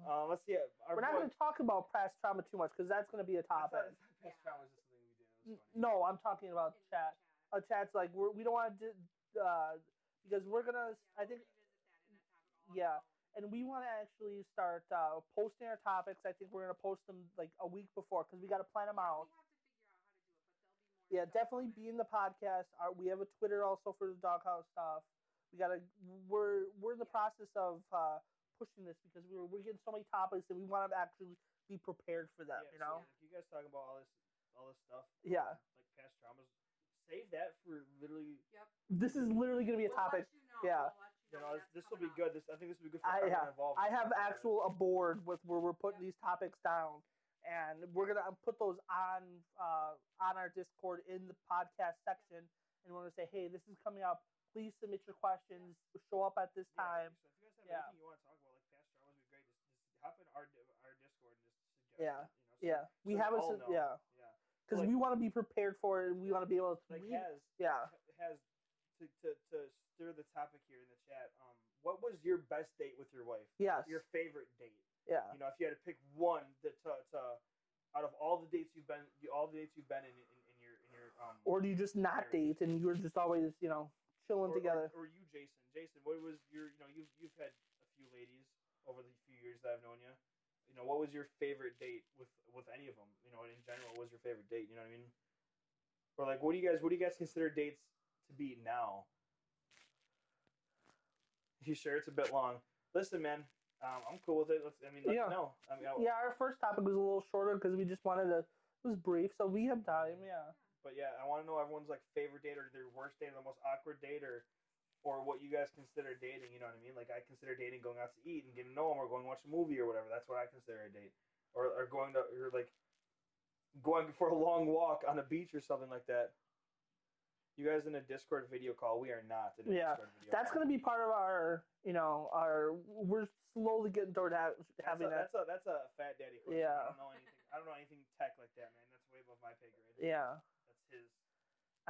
Uh, let's see. uh, Our We're not boy- going to talk about past trauma too much because that's going to be a That's topic. not- that's not past trauma, it's just something we did. It was N- funny. No, I'm talking about In the chat. A chat's like we're, we don't want to, do, uh, because we're gonna. Yeah, I we'll think, revisit that in that topic all on Yeah. its own. and we want to actually start uh, posting our topics. I think we're gonna post them like a week before because we got to plan them out. We have to figure out how to do it, but there'll be more. Yeah, stuff definitely coming. be in the podcast. Our, we have a Twitter also for the doghouse stuff. We gotta we're we're in the process of uh, pushing this because we're we're getting so many topics that we want to actually be prepared for them. Yeah, you know, so, like, you guys talking about all this, all this stuff. Yeah. um, Like past traumas. Save that for literally. this is literally gonna be a We'll topic. let you know. Yeah. We'll let you You know know, when this, that's this will coming be up. good. This I think this would be good for I- everyone yeah, involved. I have actual a board with where we're putting these topics down, and we're gonna put those on uh, on our Discord in the podcast section, and we're gonna say, hey, this is coming up. Please submit your questions. Show up at this Yeah, time. So if you guys have Yeah. anything you want to talk about, like past traumas, would be great. Just, just hop in our di- our Discord and just suggest. Yeah. It, you know, so- Yeah, we so have a all s- know. yeah Yeah. because Like- we want to be prepared for it. and We want to be able to. Like we- has yeah, has to, to to stir the topic here in the chat. Um, what was your best date with your wife? yes, Your favorite date? yeah. you know, if you had to pick one that to, to out of all the dates you've been, all the dates you've been in, in, in your in your um, Or do you just not date and you're just always you know or- chilling or- together? or, you, Jason, Jason, what was your, you know, you've you've had a few ladies over the few years that I've known you. You know, what was your favorite date with with any of them? You know, and in general, what was your favorite date? You know what I mean? Or like, what do you guys, what do you guys consider dates to be now? You sure it's a bit long? Listen, man, um, I'm cool with it. Let's, I mean, let Yeah. me know. I mean, I, yeah, our first topic was a little shorter because we just wanted to. It was brief, so we have time. Yeah. But yeah, I want to know everyone's like favorite date or their worst date or the most awkward date or or what you guys consider dating. You know what I mean? Like I consider dating going out to eat and getting to know them or going to watch a movie or whatever. That's what I consider a date. Or or going to or like going for a long walk on a beach or something like that. You guys in a Discord video call? We are not in a Yeah, Discord video. That's call. going to be part of our, you know, our. We're slowly getting toward ha- That's a, having that's that. a that's a fat daddy question. Yeah. I don't know anything. I don't know anything tech like that, man. That's way above my pay grade. Yeah, That's his.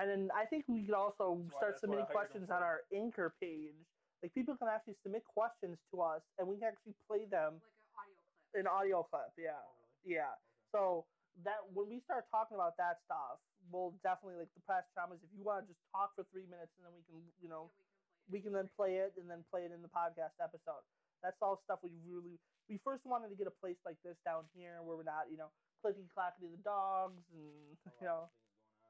and then I think we could That's also why- start that's why I hired submitting him questions on for it. our Anchor page. Like people can actually submit questions to us, and we can actually play them Like an audio clip. in audio clip. Oh, Yeah, really? yeah. So that when we start talking about that stuff, we'll definitely like the past traumas. If you want to just talk for three minutes, and then we can, you know, we can then play it and then play it in the podcast episode. That's all stuff we really we first wanted to get a place like this down here where we're not, you know, clicky clackety the dogs and Okay. you A lot know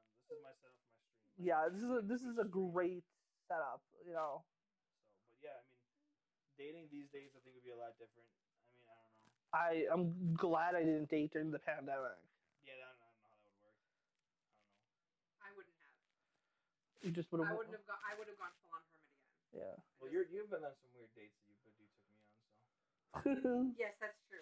of things This is my setup for my stream. Like, Yeah, this is a, this is a stream. great setup. You know, So, but yeah, I mean, dating these days I think would be a lot different. I mean, I don't know. I I'm glad I didn't date during the pandemic. Yeah, I don't, I don't know how that would work. I don't know. I wouldn't have. You just I would have. wouldn't have gone. I would have gone full on hermit again. Yeah. I Well, just- you're you've been on some weird dates that you but you took me on, so Yes, that's true.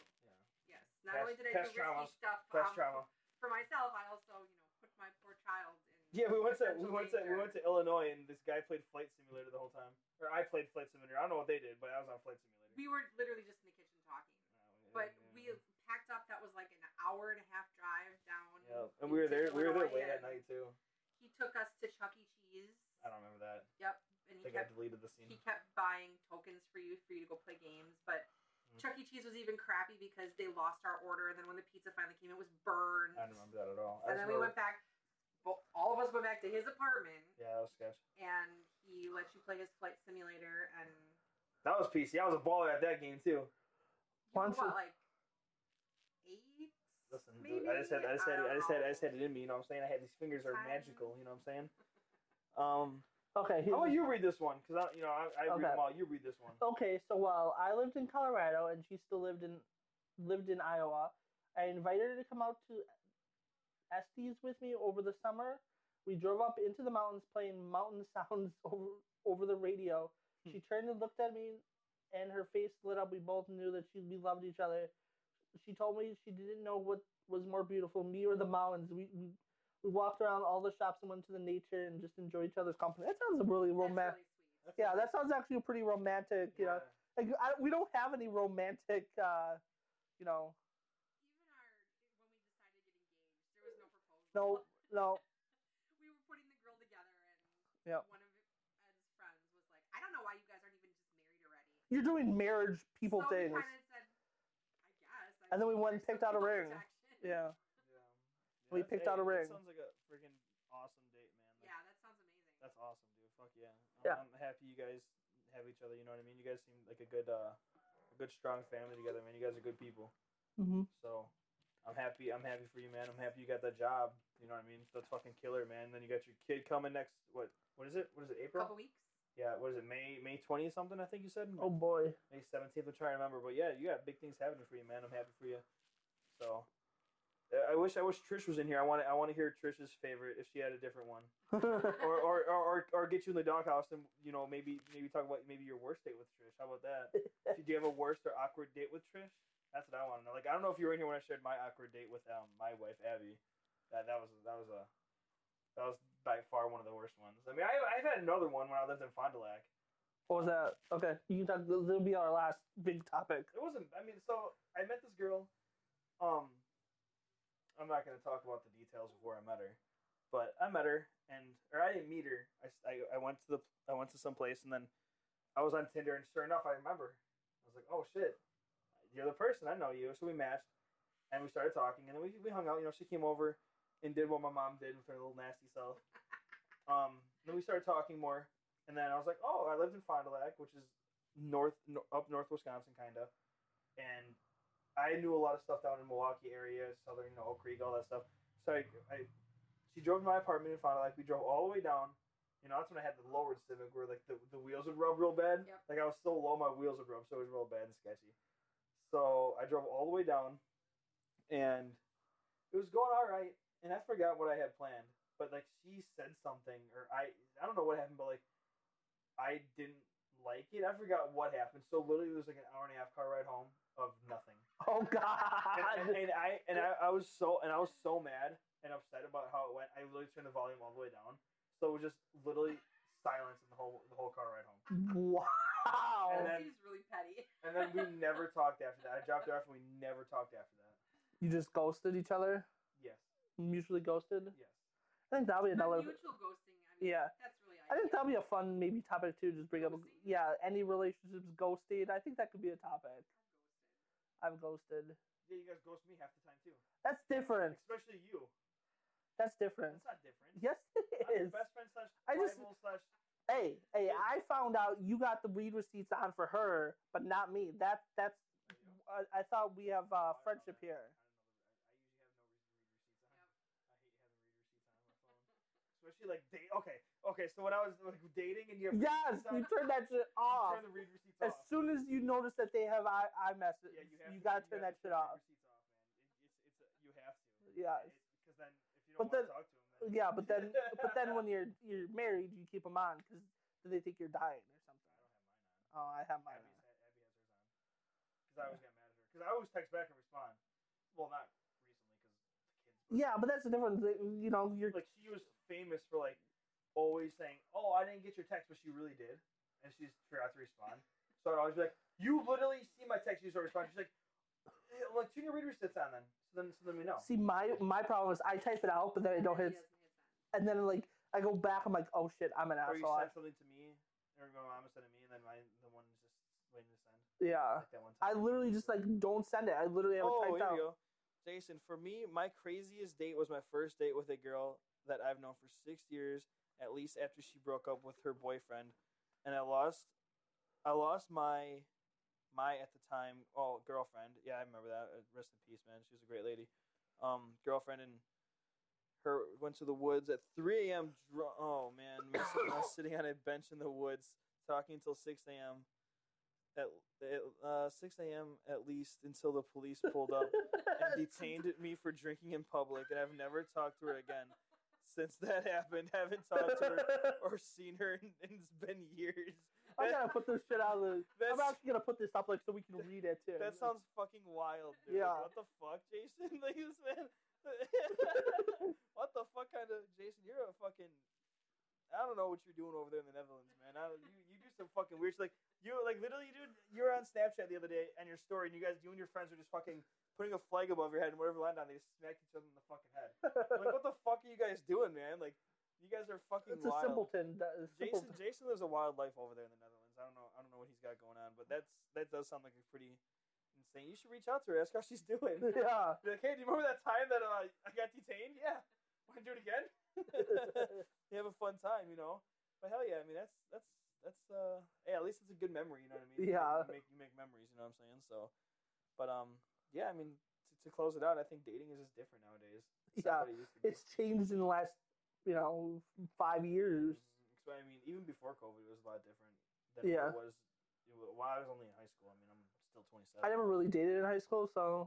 yeah. Yes. Not Past- only did I do risky past traumas. stuff Past um, trauma. for myself, I also you know put my poor child in. Yeah, we went to we potential went to we danger. went to Illinois and this guy played Flight Simulator the whole time, or I played Flight Simulator. I don't know what they did, but I was on Flight Simulator. We were literally just in the kitchen talking, Yeah, but yeah. we packed up. That was like an hour and a half drive down. Yeah, and we were there. We were there late at Illinois, and night too. He took us to Chuck E. Cheese. I don't remember that. Yep. And I he think I kept deleted the scene. he kept buying tokens for you for you to go play games, but. Mm. Chuck E. Cheese was even crappy because they lost our order, and then when the pizza finally came, it was burned. I don't remember that at all. And I just then we went remember, back. Well, all of us went back to his apartment, yeah, that was sketch. and he lets you play his flight simulator. And That was PC. I was a baller at that game too. you were, Once what, it- like eight? Listen, maybe? dude, I just had, I just had, don't I just had, I know. just had it in me. You know what I'm saying? I had these fingers are Time. magical. You know what I'm saying? Um, Okay. how about here's- you read this one? Cause I, you know, I, I read Okay. Oh, them all. You read this one. Okay, so while I lived in Colorado and she still lived in lived in Iowa, I invited her to come out to Estes with me over the summer. We drove up into the mountains playing mountain sounds over over the radio. She turned and looked at me and her face lit up. We both knew that she we loved each other. She told me she didn't know what was more beautiful, me or the mountains. We we, we walked around all the shops and went to the nature and just enjoyed each other's company. That sounds really That's romantic. really sweet. Yeah, that sounds actually pretty romantic. You know, like I, we don't have any romantic, uh, you know, Even our when we decided to get engaged, there was no proposal. no, no. we were putting the girl together, and Yep. one of Ed's friends was like, "I don't know why you guys aren't even just married already." You're doing marriage people so things. We kind of said, "I guess." I And then we mean, went and there's picked out a some ring. protection." Yeah. Yeah. We that's- picked out a that ring. sounds like a freaking awesome date, man. Like, Yeah, that sounds amazing. That's awesome, dude. Fuck yeah. I'm, Yeah. I'm happy you guys have each other. You know what I mean? You guys seem like a good, uh, a good strong family together, man. You guys are good people. Mm-hmm. So I'm happy. I'm happy for you, man. I'm happy you got that job. You know what I mean? That's fucking killer, man. Then you got your kid coming next. What? What is it? What is it? a April? couple weeks. Yeah. What is it? May May twentieth something. I think you said. Oh boy. May seventeenth. I'm trying to remember, but yeah, you got big things happening for you, man. I'm happy for you. So. uh, I wish I wish Trish was in here. I want to I want to hear Trish's favorite if she had a different one or, or, or, or, or get you in the doghouse and you know maybe maybe talk about maybe your worst date with Trish. How about that? Do you have a worst or awkward date with Trish? That's what I want to know. Like I don't know if you were in here when I shared my awkward date with um my wife Abby. That that was that was a that was by far one of the worst ones. I mean I I've had another one when I lived in Fond du Lac. What was that? Okay, you can talk. That'll be our last big topic. It wasn't. I mean, so I met this girl. Um, I'm not gonna talk about the details of where I met her, but I met her, and or I didn't meet her. I, s- I- I went to the I went to some place, and then I was on Tinder, and sure enough, I remember. I was like, oh shit, you're the person I know you. So we matched, and we started talking, and then we we hung out. You know, she came over and did what my mom did with her little nasty self. Um, then we started talking more, and then I was like, oh, I lived in Fond du Lac, which is north no, up north Wisconsin, kind of and I knew a lot of stuff down in Milwaukee area, southern, you know, Oak Creek, all that stuff. So I, I she drove to my apartment and found out like we drove all the way down. You know, that's when I had the lowered Civic where like the, the wheels would rub real bad. Yep. Like I was so low, my wheels would rub, so it was real bad and sketchy. So I drove all the way down, and it was going all right. And I forgot what I had planned, but like she said something, or I I don't know what happened, but like I didn't like it. I forgot what happened. So literally, it was like an hour and a half car ride home of nothing. Oh And, and, God. and I and I, I was so and I was so mad and upset about how it went. I literally turned the volume all the way down, so it was just literally silence in the whole the whole car ride home. That And Wow. then- seems really petty. And then we never talked after that. I dropped her off, and we never talked after that. You just ghosted each other. Yes, Mutually ghosted. yes. I think that'll be another. But mutual ghosting. I mean, Yeah. that's really. I think ideal. that'll be a fun maybe topic too. Just bring up. Ghosting? Yeah, any relationships ghosted. I think that could be a topic. I've I've ghosted. Yeah, you guys ghost me half the time too. That's different. Especially you. That's different. That's not different. Yes, I'm it your is. best friend slash I just- rival slash. Hey, hey, I found out you got the read receipts on for her, but not me. That that's. I, I thought we have uh, friendship here. I don't know. I, I usually have no re- read receipts on. I hate having read receipts on my phone. actually like date. Okay, okay. So when I was like dating and you have Yes, receipts on, you turn that you shit off. turn the read receipts As off. soon as you notice that they have i iMessage, yeah, you, have you to, gotta you turn have that to shit your off. receipts off, man. It, it's, it's you have to. Yes. Because then if you don't But want to then- talk to them, then Yeah, but then but then when you're you're married, you keep them on because they think you're dying or something. Oh, I have I mine. don't have mine on. Abby's, Abby has hers on. Because I always get mad at her. Because I always text back and respond. Well, not recently because the kids. on. Yeah, but that's a different thing. You know, you're like she was famous for like always saying, "Oh, I didn't get your text, but she really did," and she just forgot to respond. So I'd always be like, "You literally see my text, you just don't respond." She's like, "Eh, "Well, tune your read receipts on then, so then so then we know." see my my problem is I type it out, but then it don't hit, and then like I go back, I'm like, oh shit, I'm an or you asshole. I- sent something to me, or my mom sent it to me, and then my the one is just waiting to send. yeah, Like that one I time. literally just like don't send it. I literally have Oh, it typed here out. we go. Jason, for me, my craziest date was my first date with a girl that I've known for six years, at least after she broke up with her boyfriend, and I lost, I lost my, my at the time, oh girlfriend. Yeah, I remember that. Uh, Rest in peace, man. She was a great lady. Um, girlfriend and her went to the woods at 3 a.m. Dr- oh man, me sitting, us sitting on a bench in the woods talking until 6 a.m. At, at uh, 6 a.m. at least until the police pulled up and detained me for drinking in public, and I've never talked to her again since that happened. Haven't talked to her or seen her, in, in it's been years. I gotta put this shit out of the. I'm That's, actually gonna put this up like so we can read it too. that sounds fucking wild, dude. Yeah. What the fuck, Jason? Like this man. what the fuck kind of Jason? You're a fucking. I don't know what you're doing over there in the Netherlands, man. I don't, you you do some fucking weird shit. Like you like literally, dude. You were on Snapchat the other day and your story, and you guys, you and your friends, are just fucking putting a flag above your head, and whatever land on, they just smack each other in the fucking head. I'm like, what the fuck are you guys doing, man? Like, you guys are fucking it's a wild. simpleton. that is Jason simpleton. Jason lives a wild life over there in the Netherlands. I don't know I don't know what he's got going on, but that's that does sound like a pretty insane. You should reach out to her, ask how she's doing. Be yeah. like, hey, do you remember that time that uh, I got detained? Yeah, want to do it again? you have a fun time, you know. But hell yeah, I mean that's that's that's uh hey, at least it's a good memory, you know what I mean? You Yeah. make you make memories, you know what I'm saying? So, but um yeah, I mean to, to close it out, I think dating is just different nowadays. It's Yeah, not what it used to be. it's changed in the last, you know, five years. Mhm. So, I mean, even before COVID, it was a lot different than Yeah. it was. It was while I was only in high school. I mean, I'm still 27. I never really dated in high school, so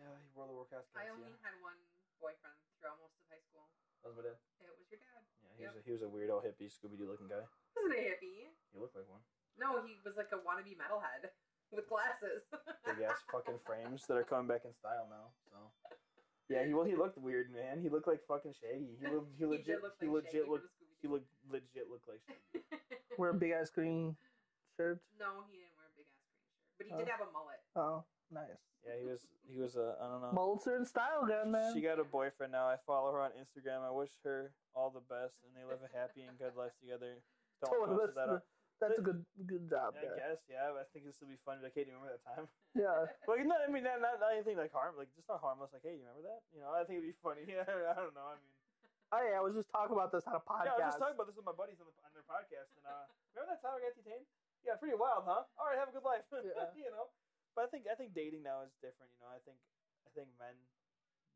Yeah, he wore the World Cup I hats, only yeah. had one boyfriend throughout most of high school. That was my dad. It was your dad. Yeah, he, was a, he was a weirdo hippie Scooby Doo looking guy. He wasn't a hippie. He looked like one. No, he was like a wannabe metalhead with glasses. Big ass fucking frames that are coming back in style now. So. Yeah, he well he looked weird, man. He looked like fucking Shaggy. He, looked, he did legit look he like Shaggy legit from looked he Scooby-Doo. looked legit looked like Shaggy. wear a big ass green shirt. no, he didn't wear a big ass green shirt, but he did have a mullet. Oh, nice. Yeah, he was he was a I don't know. Mullets are in style again, Uh, man. She got a boyfriend now. I follow her on Instagram. I wish her all the best, and they live a happy and good life together. Don't Totally, mess that's, that up. that's a good good job. I there. guess, yeah. but I think this will be fun. Be Like, hey, do you remember that time? Yeah. Like, not, I mean, not, not, not anything like harm. Like, just not harmless. Like, hey, you remember that? You know, I think it'd be funny. Yeah, I don't know. I mean, Oh yeah, I was just talking about this on a podcast. yeah, I was just talking about this with my buddies on, the, on their podcast, and uh, remember that time I got detained? Yeah, pretty wild, huh? All right, have a good life. Yeah. you know, but I think I think dating now is different. You know, I think I think men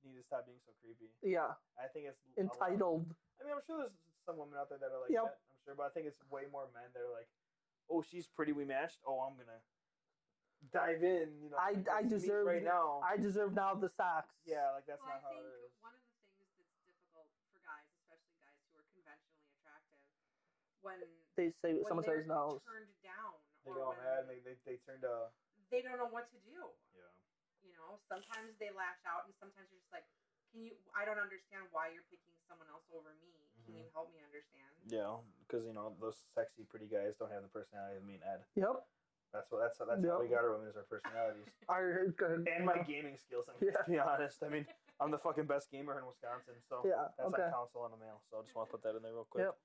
need to stop being so creepy. yeah, I think it's a lot- entitled. I mean, I'm sure there's some women out there that are like Yep. that. I'm sure, but I think it's way more men that are like, "Oh, she's pretty. We matched. Oh, I'm gonna dive in." You know, I- let's I meet deserve right it. now. I deserve now the socks. yeah, like that's well, not I how think it is. one of the things that's difficult for guys, especially guys who are conventionally attractive, when They say when someone they're says no. turned down, They or go when mad. They they they turn to they don't know what to do. yeah. You know, sometimes they lash out, and sometimes you're just like, "Can you? I don't understand why you're picking someone else over me. Can Mm-hmm. you help me understand?" Yeah, because you know those sexy, pretty guys don't have the personality of me and Ed. Yep. That's what that's that's how we Yep. got our women is our personalities Our good. and my gaming skills. I mean, Yeah. To be honest, I mean, I'm the fucking best gamer in Wisconsin, so yeah. That's okay. on council on the mail, so I just want to put that in there real quick. Yep.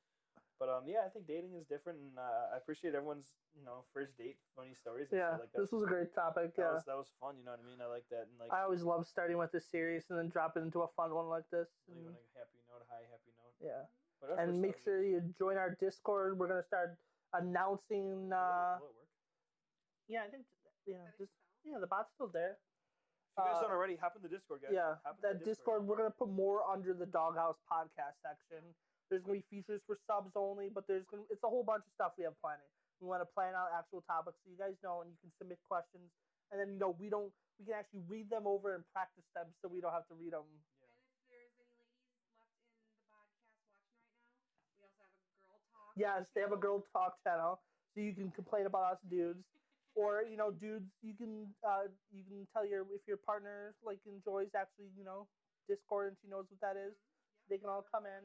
But um, yeah, I think dating is different, and uh, I appreciate everyone's you know first date funny stories. And Yeah. shit like that. This was a great topic. That Yeah. was that was fun. You know what I mean? I like that, and like I always love starting with a serious and then dropping into a fun one like this. leaving And, a happy note, high happy note. yeah. But our And first make episode sure was- you join our Discord. We're gonna start announcing. Uh, Will it- will it work? yeah, I think. Yeah, I think just so. yeah, the bot's still there. If you guys Uh, don't already, hop in the Discord, guys. yeah, hop in that the Discord. We're gonna put more under the Doghouse podcast section. There's gonna be features for subs only, but there's gonna it's a whole bunch of stuff we have planning. We want to plan out actual topics so you guys know, and you can submit questions, and then you know we don't we can actually read them over and practice them so we don't have to read them. And if there's any ladies left in the podcast watching right now, we also have a girl talk. Yes, they have a channel. girl talk channel, so you can complain about us dudes. or you know dudes you can uh you can tell your if your partner like enjoys actually you know discord and she knows what that is they can all come in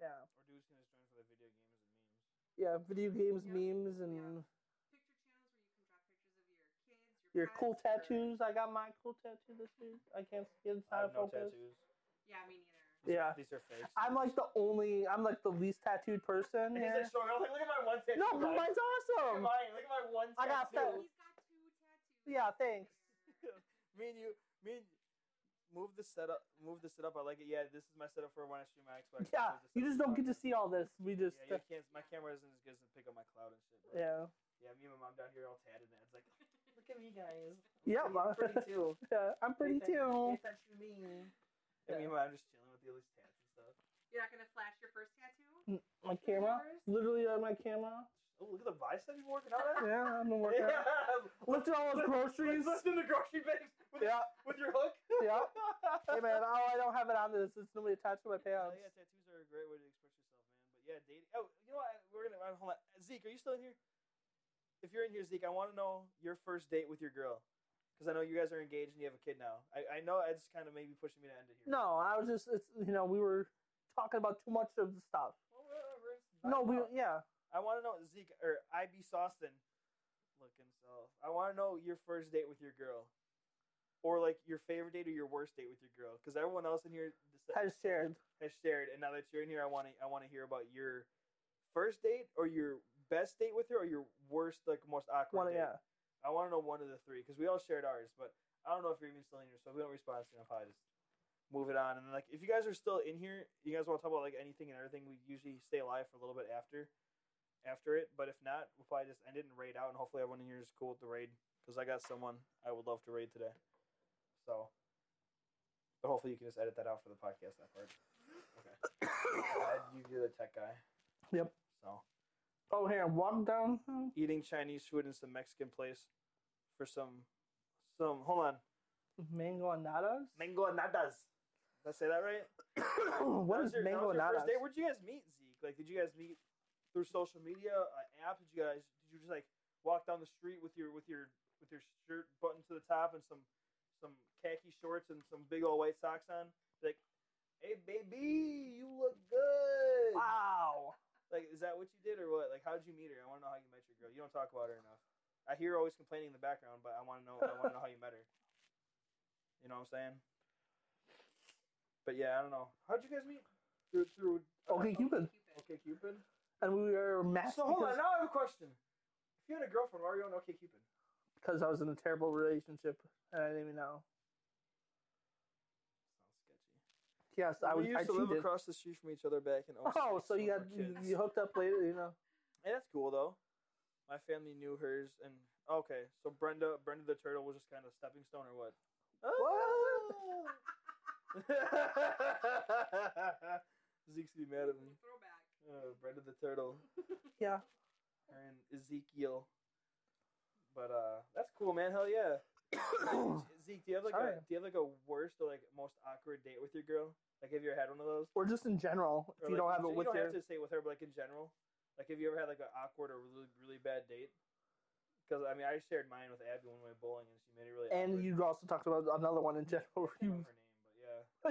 Mm-hmm. yeah Or dudes can just join for the video games and memes. yeah video games Yeah. memes and Picture channels where you can drop pictures of your kids, your, your cool pets, your- tattoos i got my cool tattoo this week i can't see it's I not have no focus tattoos. Yeah, me neither. These Yeah. Are, these are fakes. i'm like the only i'm like the least tattooed person And he's here. like showing off, like, look at my one tattoo. no but guys. mine's Look at awesome mine. Look at my one I tattoo. got that. He's got two tattoos. Yeah, thanks. me and you, me and move the setup. Move the setup. I like it. Yeah, this is my setup for when I stream my Xbox. yeah Move the setup you just for don't get to podcast. see all this we just Yeah, you can't. My camera isn't as good as to pick up my cloud and shit. Bro. yeah Yeah, me and my mom down here all tatted, man. It's like, look at me guys. yeah, I'm pretty I'm pretty too. yeah i'm pretty Hey, thank- too hey, thanks for me. And me and my mom just chilling with the least tats and stuff. You're not gonna flash your first tattoo? my camera Yours? literally on my camera Oh, look at the bicep you working out at. yeah i'm gonna work out. yeah. Lifted all those groceries. Left in the grocery bags with, yeah, with your hook. yeah. Hey man, oh, I don't have it on this. It's nobody attached to my Yeah, pants. yeah, tattoos are a great way to express yourself, man. But yeah, dating. Oh, you know what? We're gonna uh, hold on. Zeke, are you still in here? If you're in here, Zeke, I want to know your first date with your girl, because I know you guys are engaged and you have a kid now. I, I know Ed's kind of maybe pushing me to end it here. No, I was just, it's you know, we were talking about too much of the stuff. Well, whatever, it's not No, we, about- yeah. I want to know Zeke or IB Sawson, looking self. I want to know your first date with your girl, or like your favorite date or your worst date with your girl, because everyone else in here deci- Has shared. has shared. And now that you're in here, I want to I want to hear about your first date or your best date with her or your worst like most awkward. One, date. yeah. I want to know one of the three because we all shared ours, but I don't know if you're even still in here. So if we don't respond soon, I'll probably just move it on. And then, like, if you guys are still in here, you guys want to talk about like anything and everything, we usually stay alive for a little bit after after it. But if not, we'll probably just end it and raid out. And hopefully, everyone in here is cool with the raid because I got someone I would love to raid today. So, but hopefully, you can just edit that out for the podcast that part. Okay. Ed, you- You're the tech guy. Yep. So Oh, here, hmm, walk down. eating Chinese food in some Mexican place for some some hold on. Mango ananas? Mango nadas. Did I say that right? what That was is your- that mango was your ananas? first date? Where'd you guys meet, Zeke? Like, did you guys meet through social media, uh, app? Did you guys did you just like walk down the street with your with your with your shirt buttoned to the top and some some khaki shorts and some big old white socks on? Like, hey baby, you look good. Wow. Like, is that what you did or what? Like, how did you meet her? I want to know how you met your girl. You don't talk about her enough. I hear her always complaining in the background, but I want to know. I want to know how you met her. You know what I'm saying? But yeah, I don't know. How'd you guys meet? Through through uh, Okay, Cupid. Cupid. okay Cupid. And we were So matched hold on. because, Now I have a question. If you had a girlfriend, why are you on Okay Cupid? because I was in a terrible relationship and I didn't even know. Sounds sketchy. Yes, I was. we I used to live cheated. across the street from each other back in. Oh, 06 so when you got we were kids. you hooked up later, you know? Hey, that's cool though. My family knew hers, and okay, so Brenda, Brenda the turtle was just kind of a stepping stone, or what? Oh, Zeke's gonna be mad at me. Throwback. Uh, Brenda the turtle, Yeah. her and Ezekiel. But uh, that's cool, man. Hell yeah. Zeke, do you have like Sorry. a do you have like a worst or like most awkward date with your girl? Like, have you ever had one of those? Or just in general, if Or, you like, don't have it with you don't your. have to say with her, but like in general, like have you ever had like an awkward or really really bad date? Because I mean, I shared mine with Abby when we went bowling, and she made it really. And awkward. you also talked about another one in general. Where I can't you, remember her name,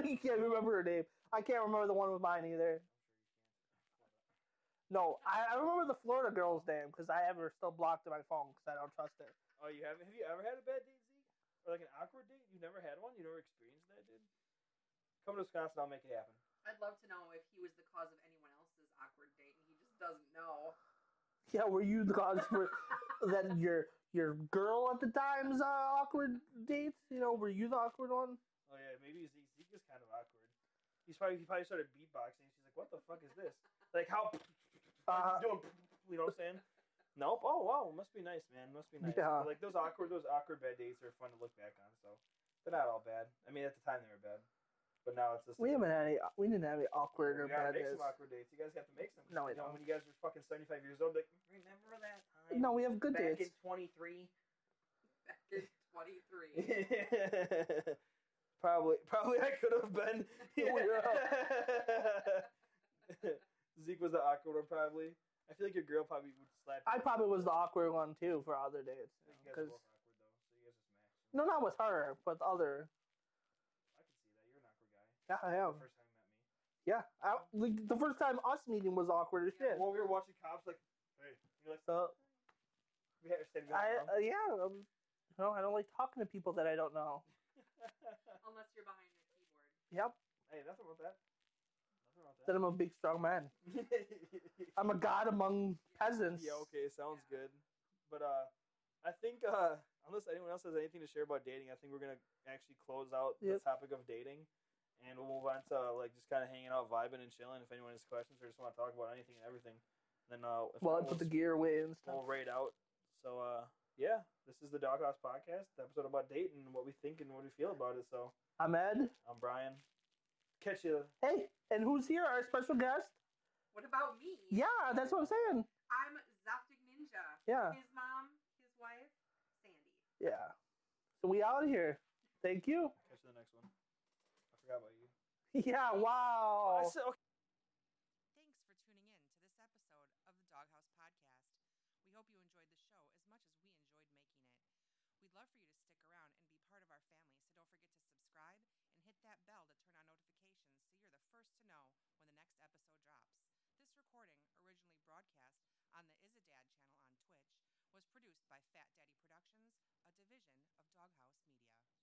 but yeah. you can't remember her name. I can't remember the one with mine either. No, I, I remember the Florida girl's name because I have her still blocked in my phone because I don't trust her. Oh, you haven't? Have you ever had a bad date, Zeke? Or like an awkward date? You never had one? You never experienced that, dude? Come to Wisconsin, I'll make it happen. I'd love to know if he was the cause of anyone else's awkward date, and he just doesn't know. Yeah, were you the cause for that? Your your girl at the time's uh, awkward dates. You know, were you the awkward one? Oh yeah, maybe Zeke. Zeke is kind of awkward. He's probably he probably started beatboxing. She's like, "What the fuck is this? Like how? Uh, doing, you know what I'm saying? Nope. Oh wow, must be nice, man. Must be nice. Yeah. But, like those awkward, those awkward bad dates are fun to look back on. So They're not all bad. I mean, at the time they were bad, but now it's just. We haven't had any. We didn't have any awkward We or gotta bad make days. some awkward dates. You guys have to make some. No, we you know, When don't. you guys were fucking seventy-five years old, like remember that time? No, we have good back dates. in twenty-three. Back in 23. probably, probably I could have been. Oh, Zeke was the awkward one, probably. I feel like your girl probably would slap. I you. probably was the awkward one too for other dates. I think you guys are Because both awkward though, so you guys just match. no, not with her, but the I other. can see that you're an awkward guy. Yeah, I am. The first time you met me. Yeah, I, like, the first time us meeting was awkward as shit. Well, we were watching cops, like, hey, you're like, So we had to stand I behind uh, yeah, um, no, I don't like talking to people that I don't know. them. Unless you're behind your keyboard. Yep, Hey, nothing wrong with that. Nothing wrong with that that. I'm a big strong man. I'm a god among peasants. yeah, okay, sounds good. But uh, I think uh, unless anyone else has anything to share about dating, I think we're gonna actually close out Yep. the topic of dating, and we'll move on to uh, like just kind of hanging out, vibing, and chilling. If anyone has questions or just want to talk about anything and everything, then uh, if Well, I not, put the we'll, gear away and stuff. we'll rate out. So uh, yeah, this is the Doghouse Podcast the episode about dating and what we think and what we feel about it. So I'm Ed. I'm Brian. Catch you. Hey, and who's here? Our special guest? What about me? Yeah, that's what I'm saying. I'm Zoptic Ninja. Yeah, His mom, his wife, Sandy. yeah. So we out here. Thank you. Catch you the next one. I forgot about you. Yeah. I Wow. said- Thanks for tuning in to this episode of the Doghouse Podcast. We hope you enjoyed the show as much as we enjoyed making it. We'd love for you to stick around and be part of our family, so don't forget to subscribe and hit that bell to turn on notifications so you're the first to know when the next episode drops. This recording, originally broadcast on the Is a Dad channel on Twitch, was produced by Fat Daddy Productions, a division of Doghouse Media.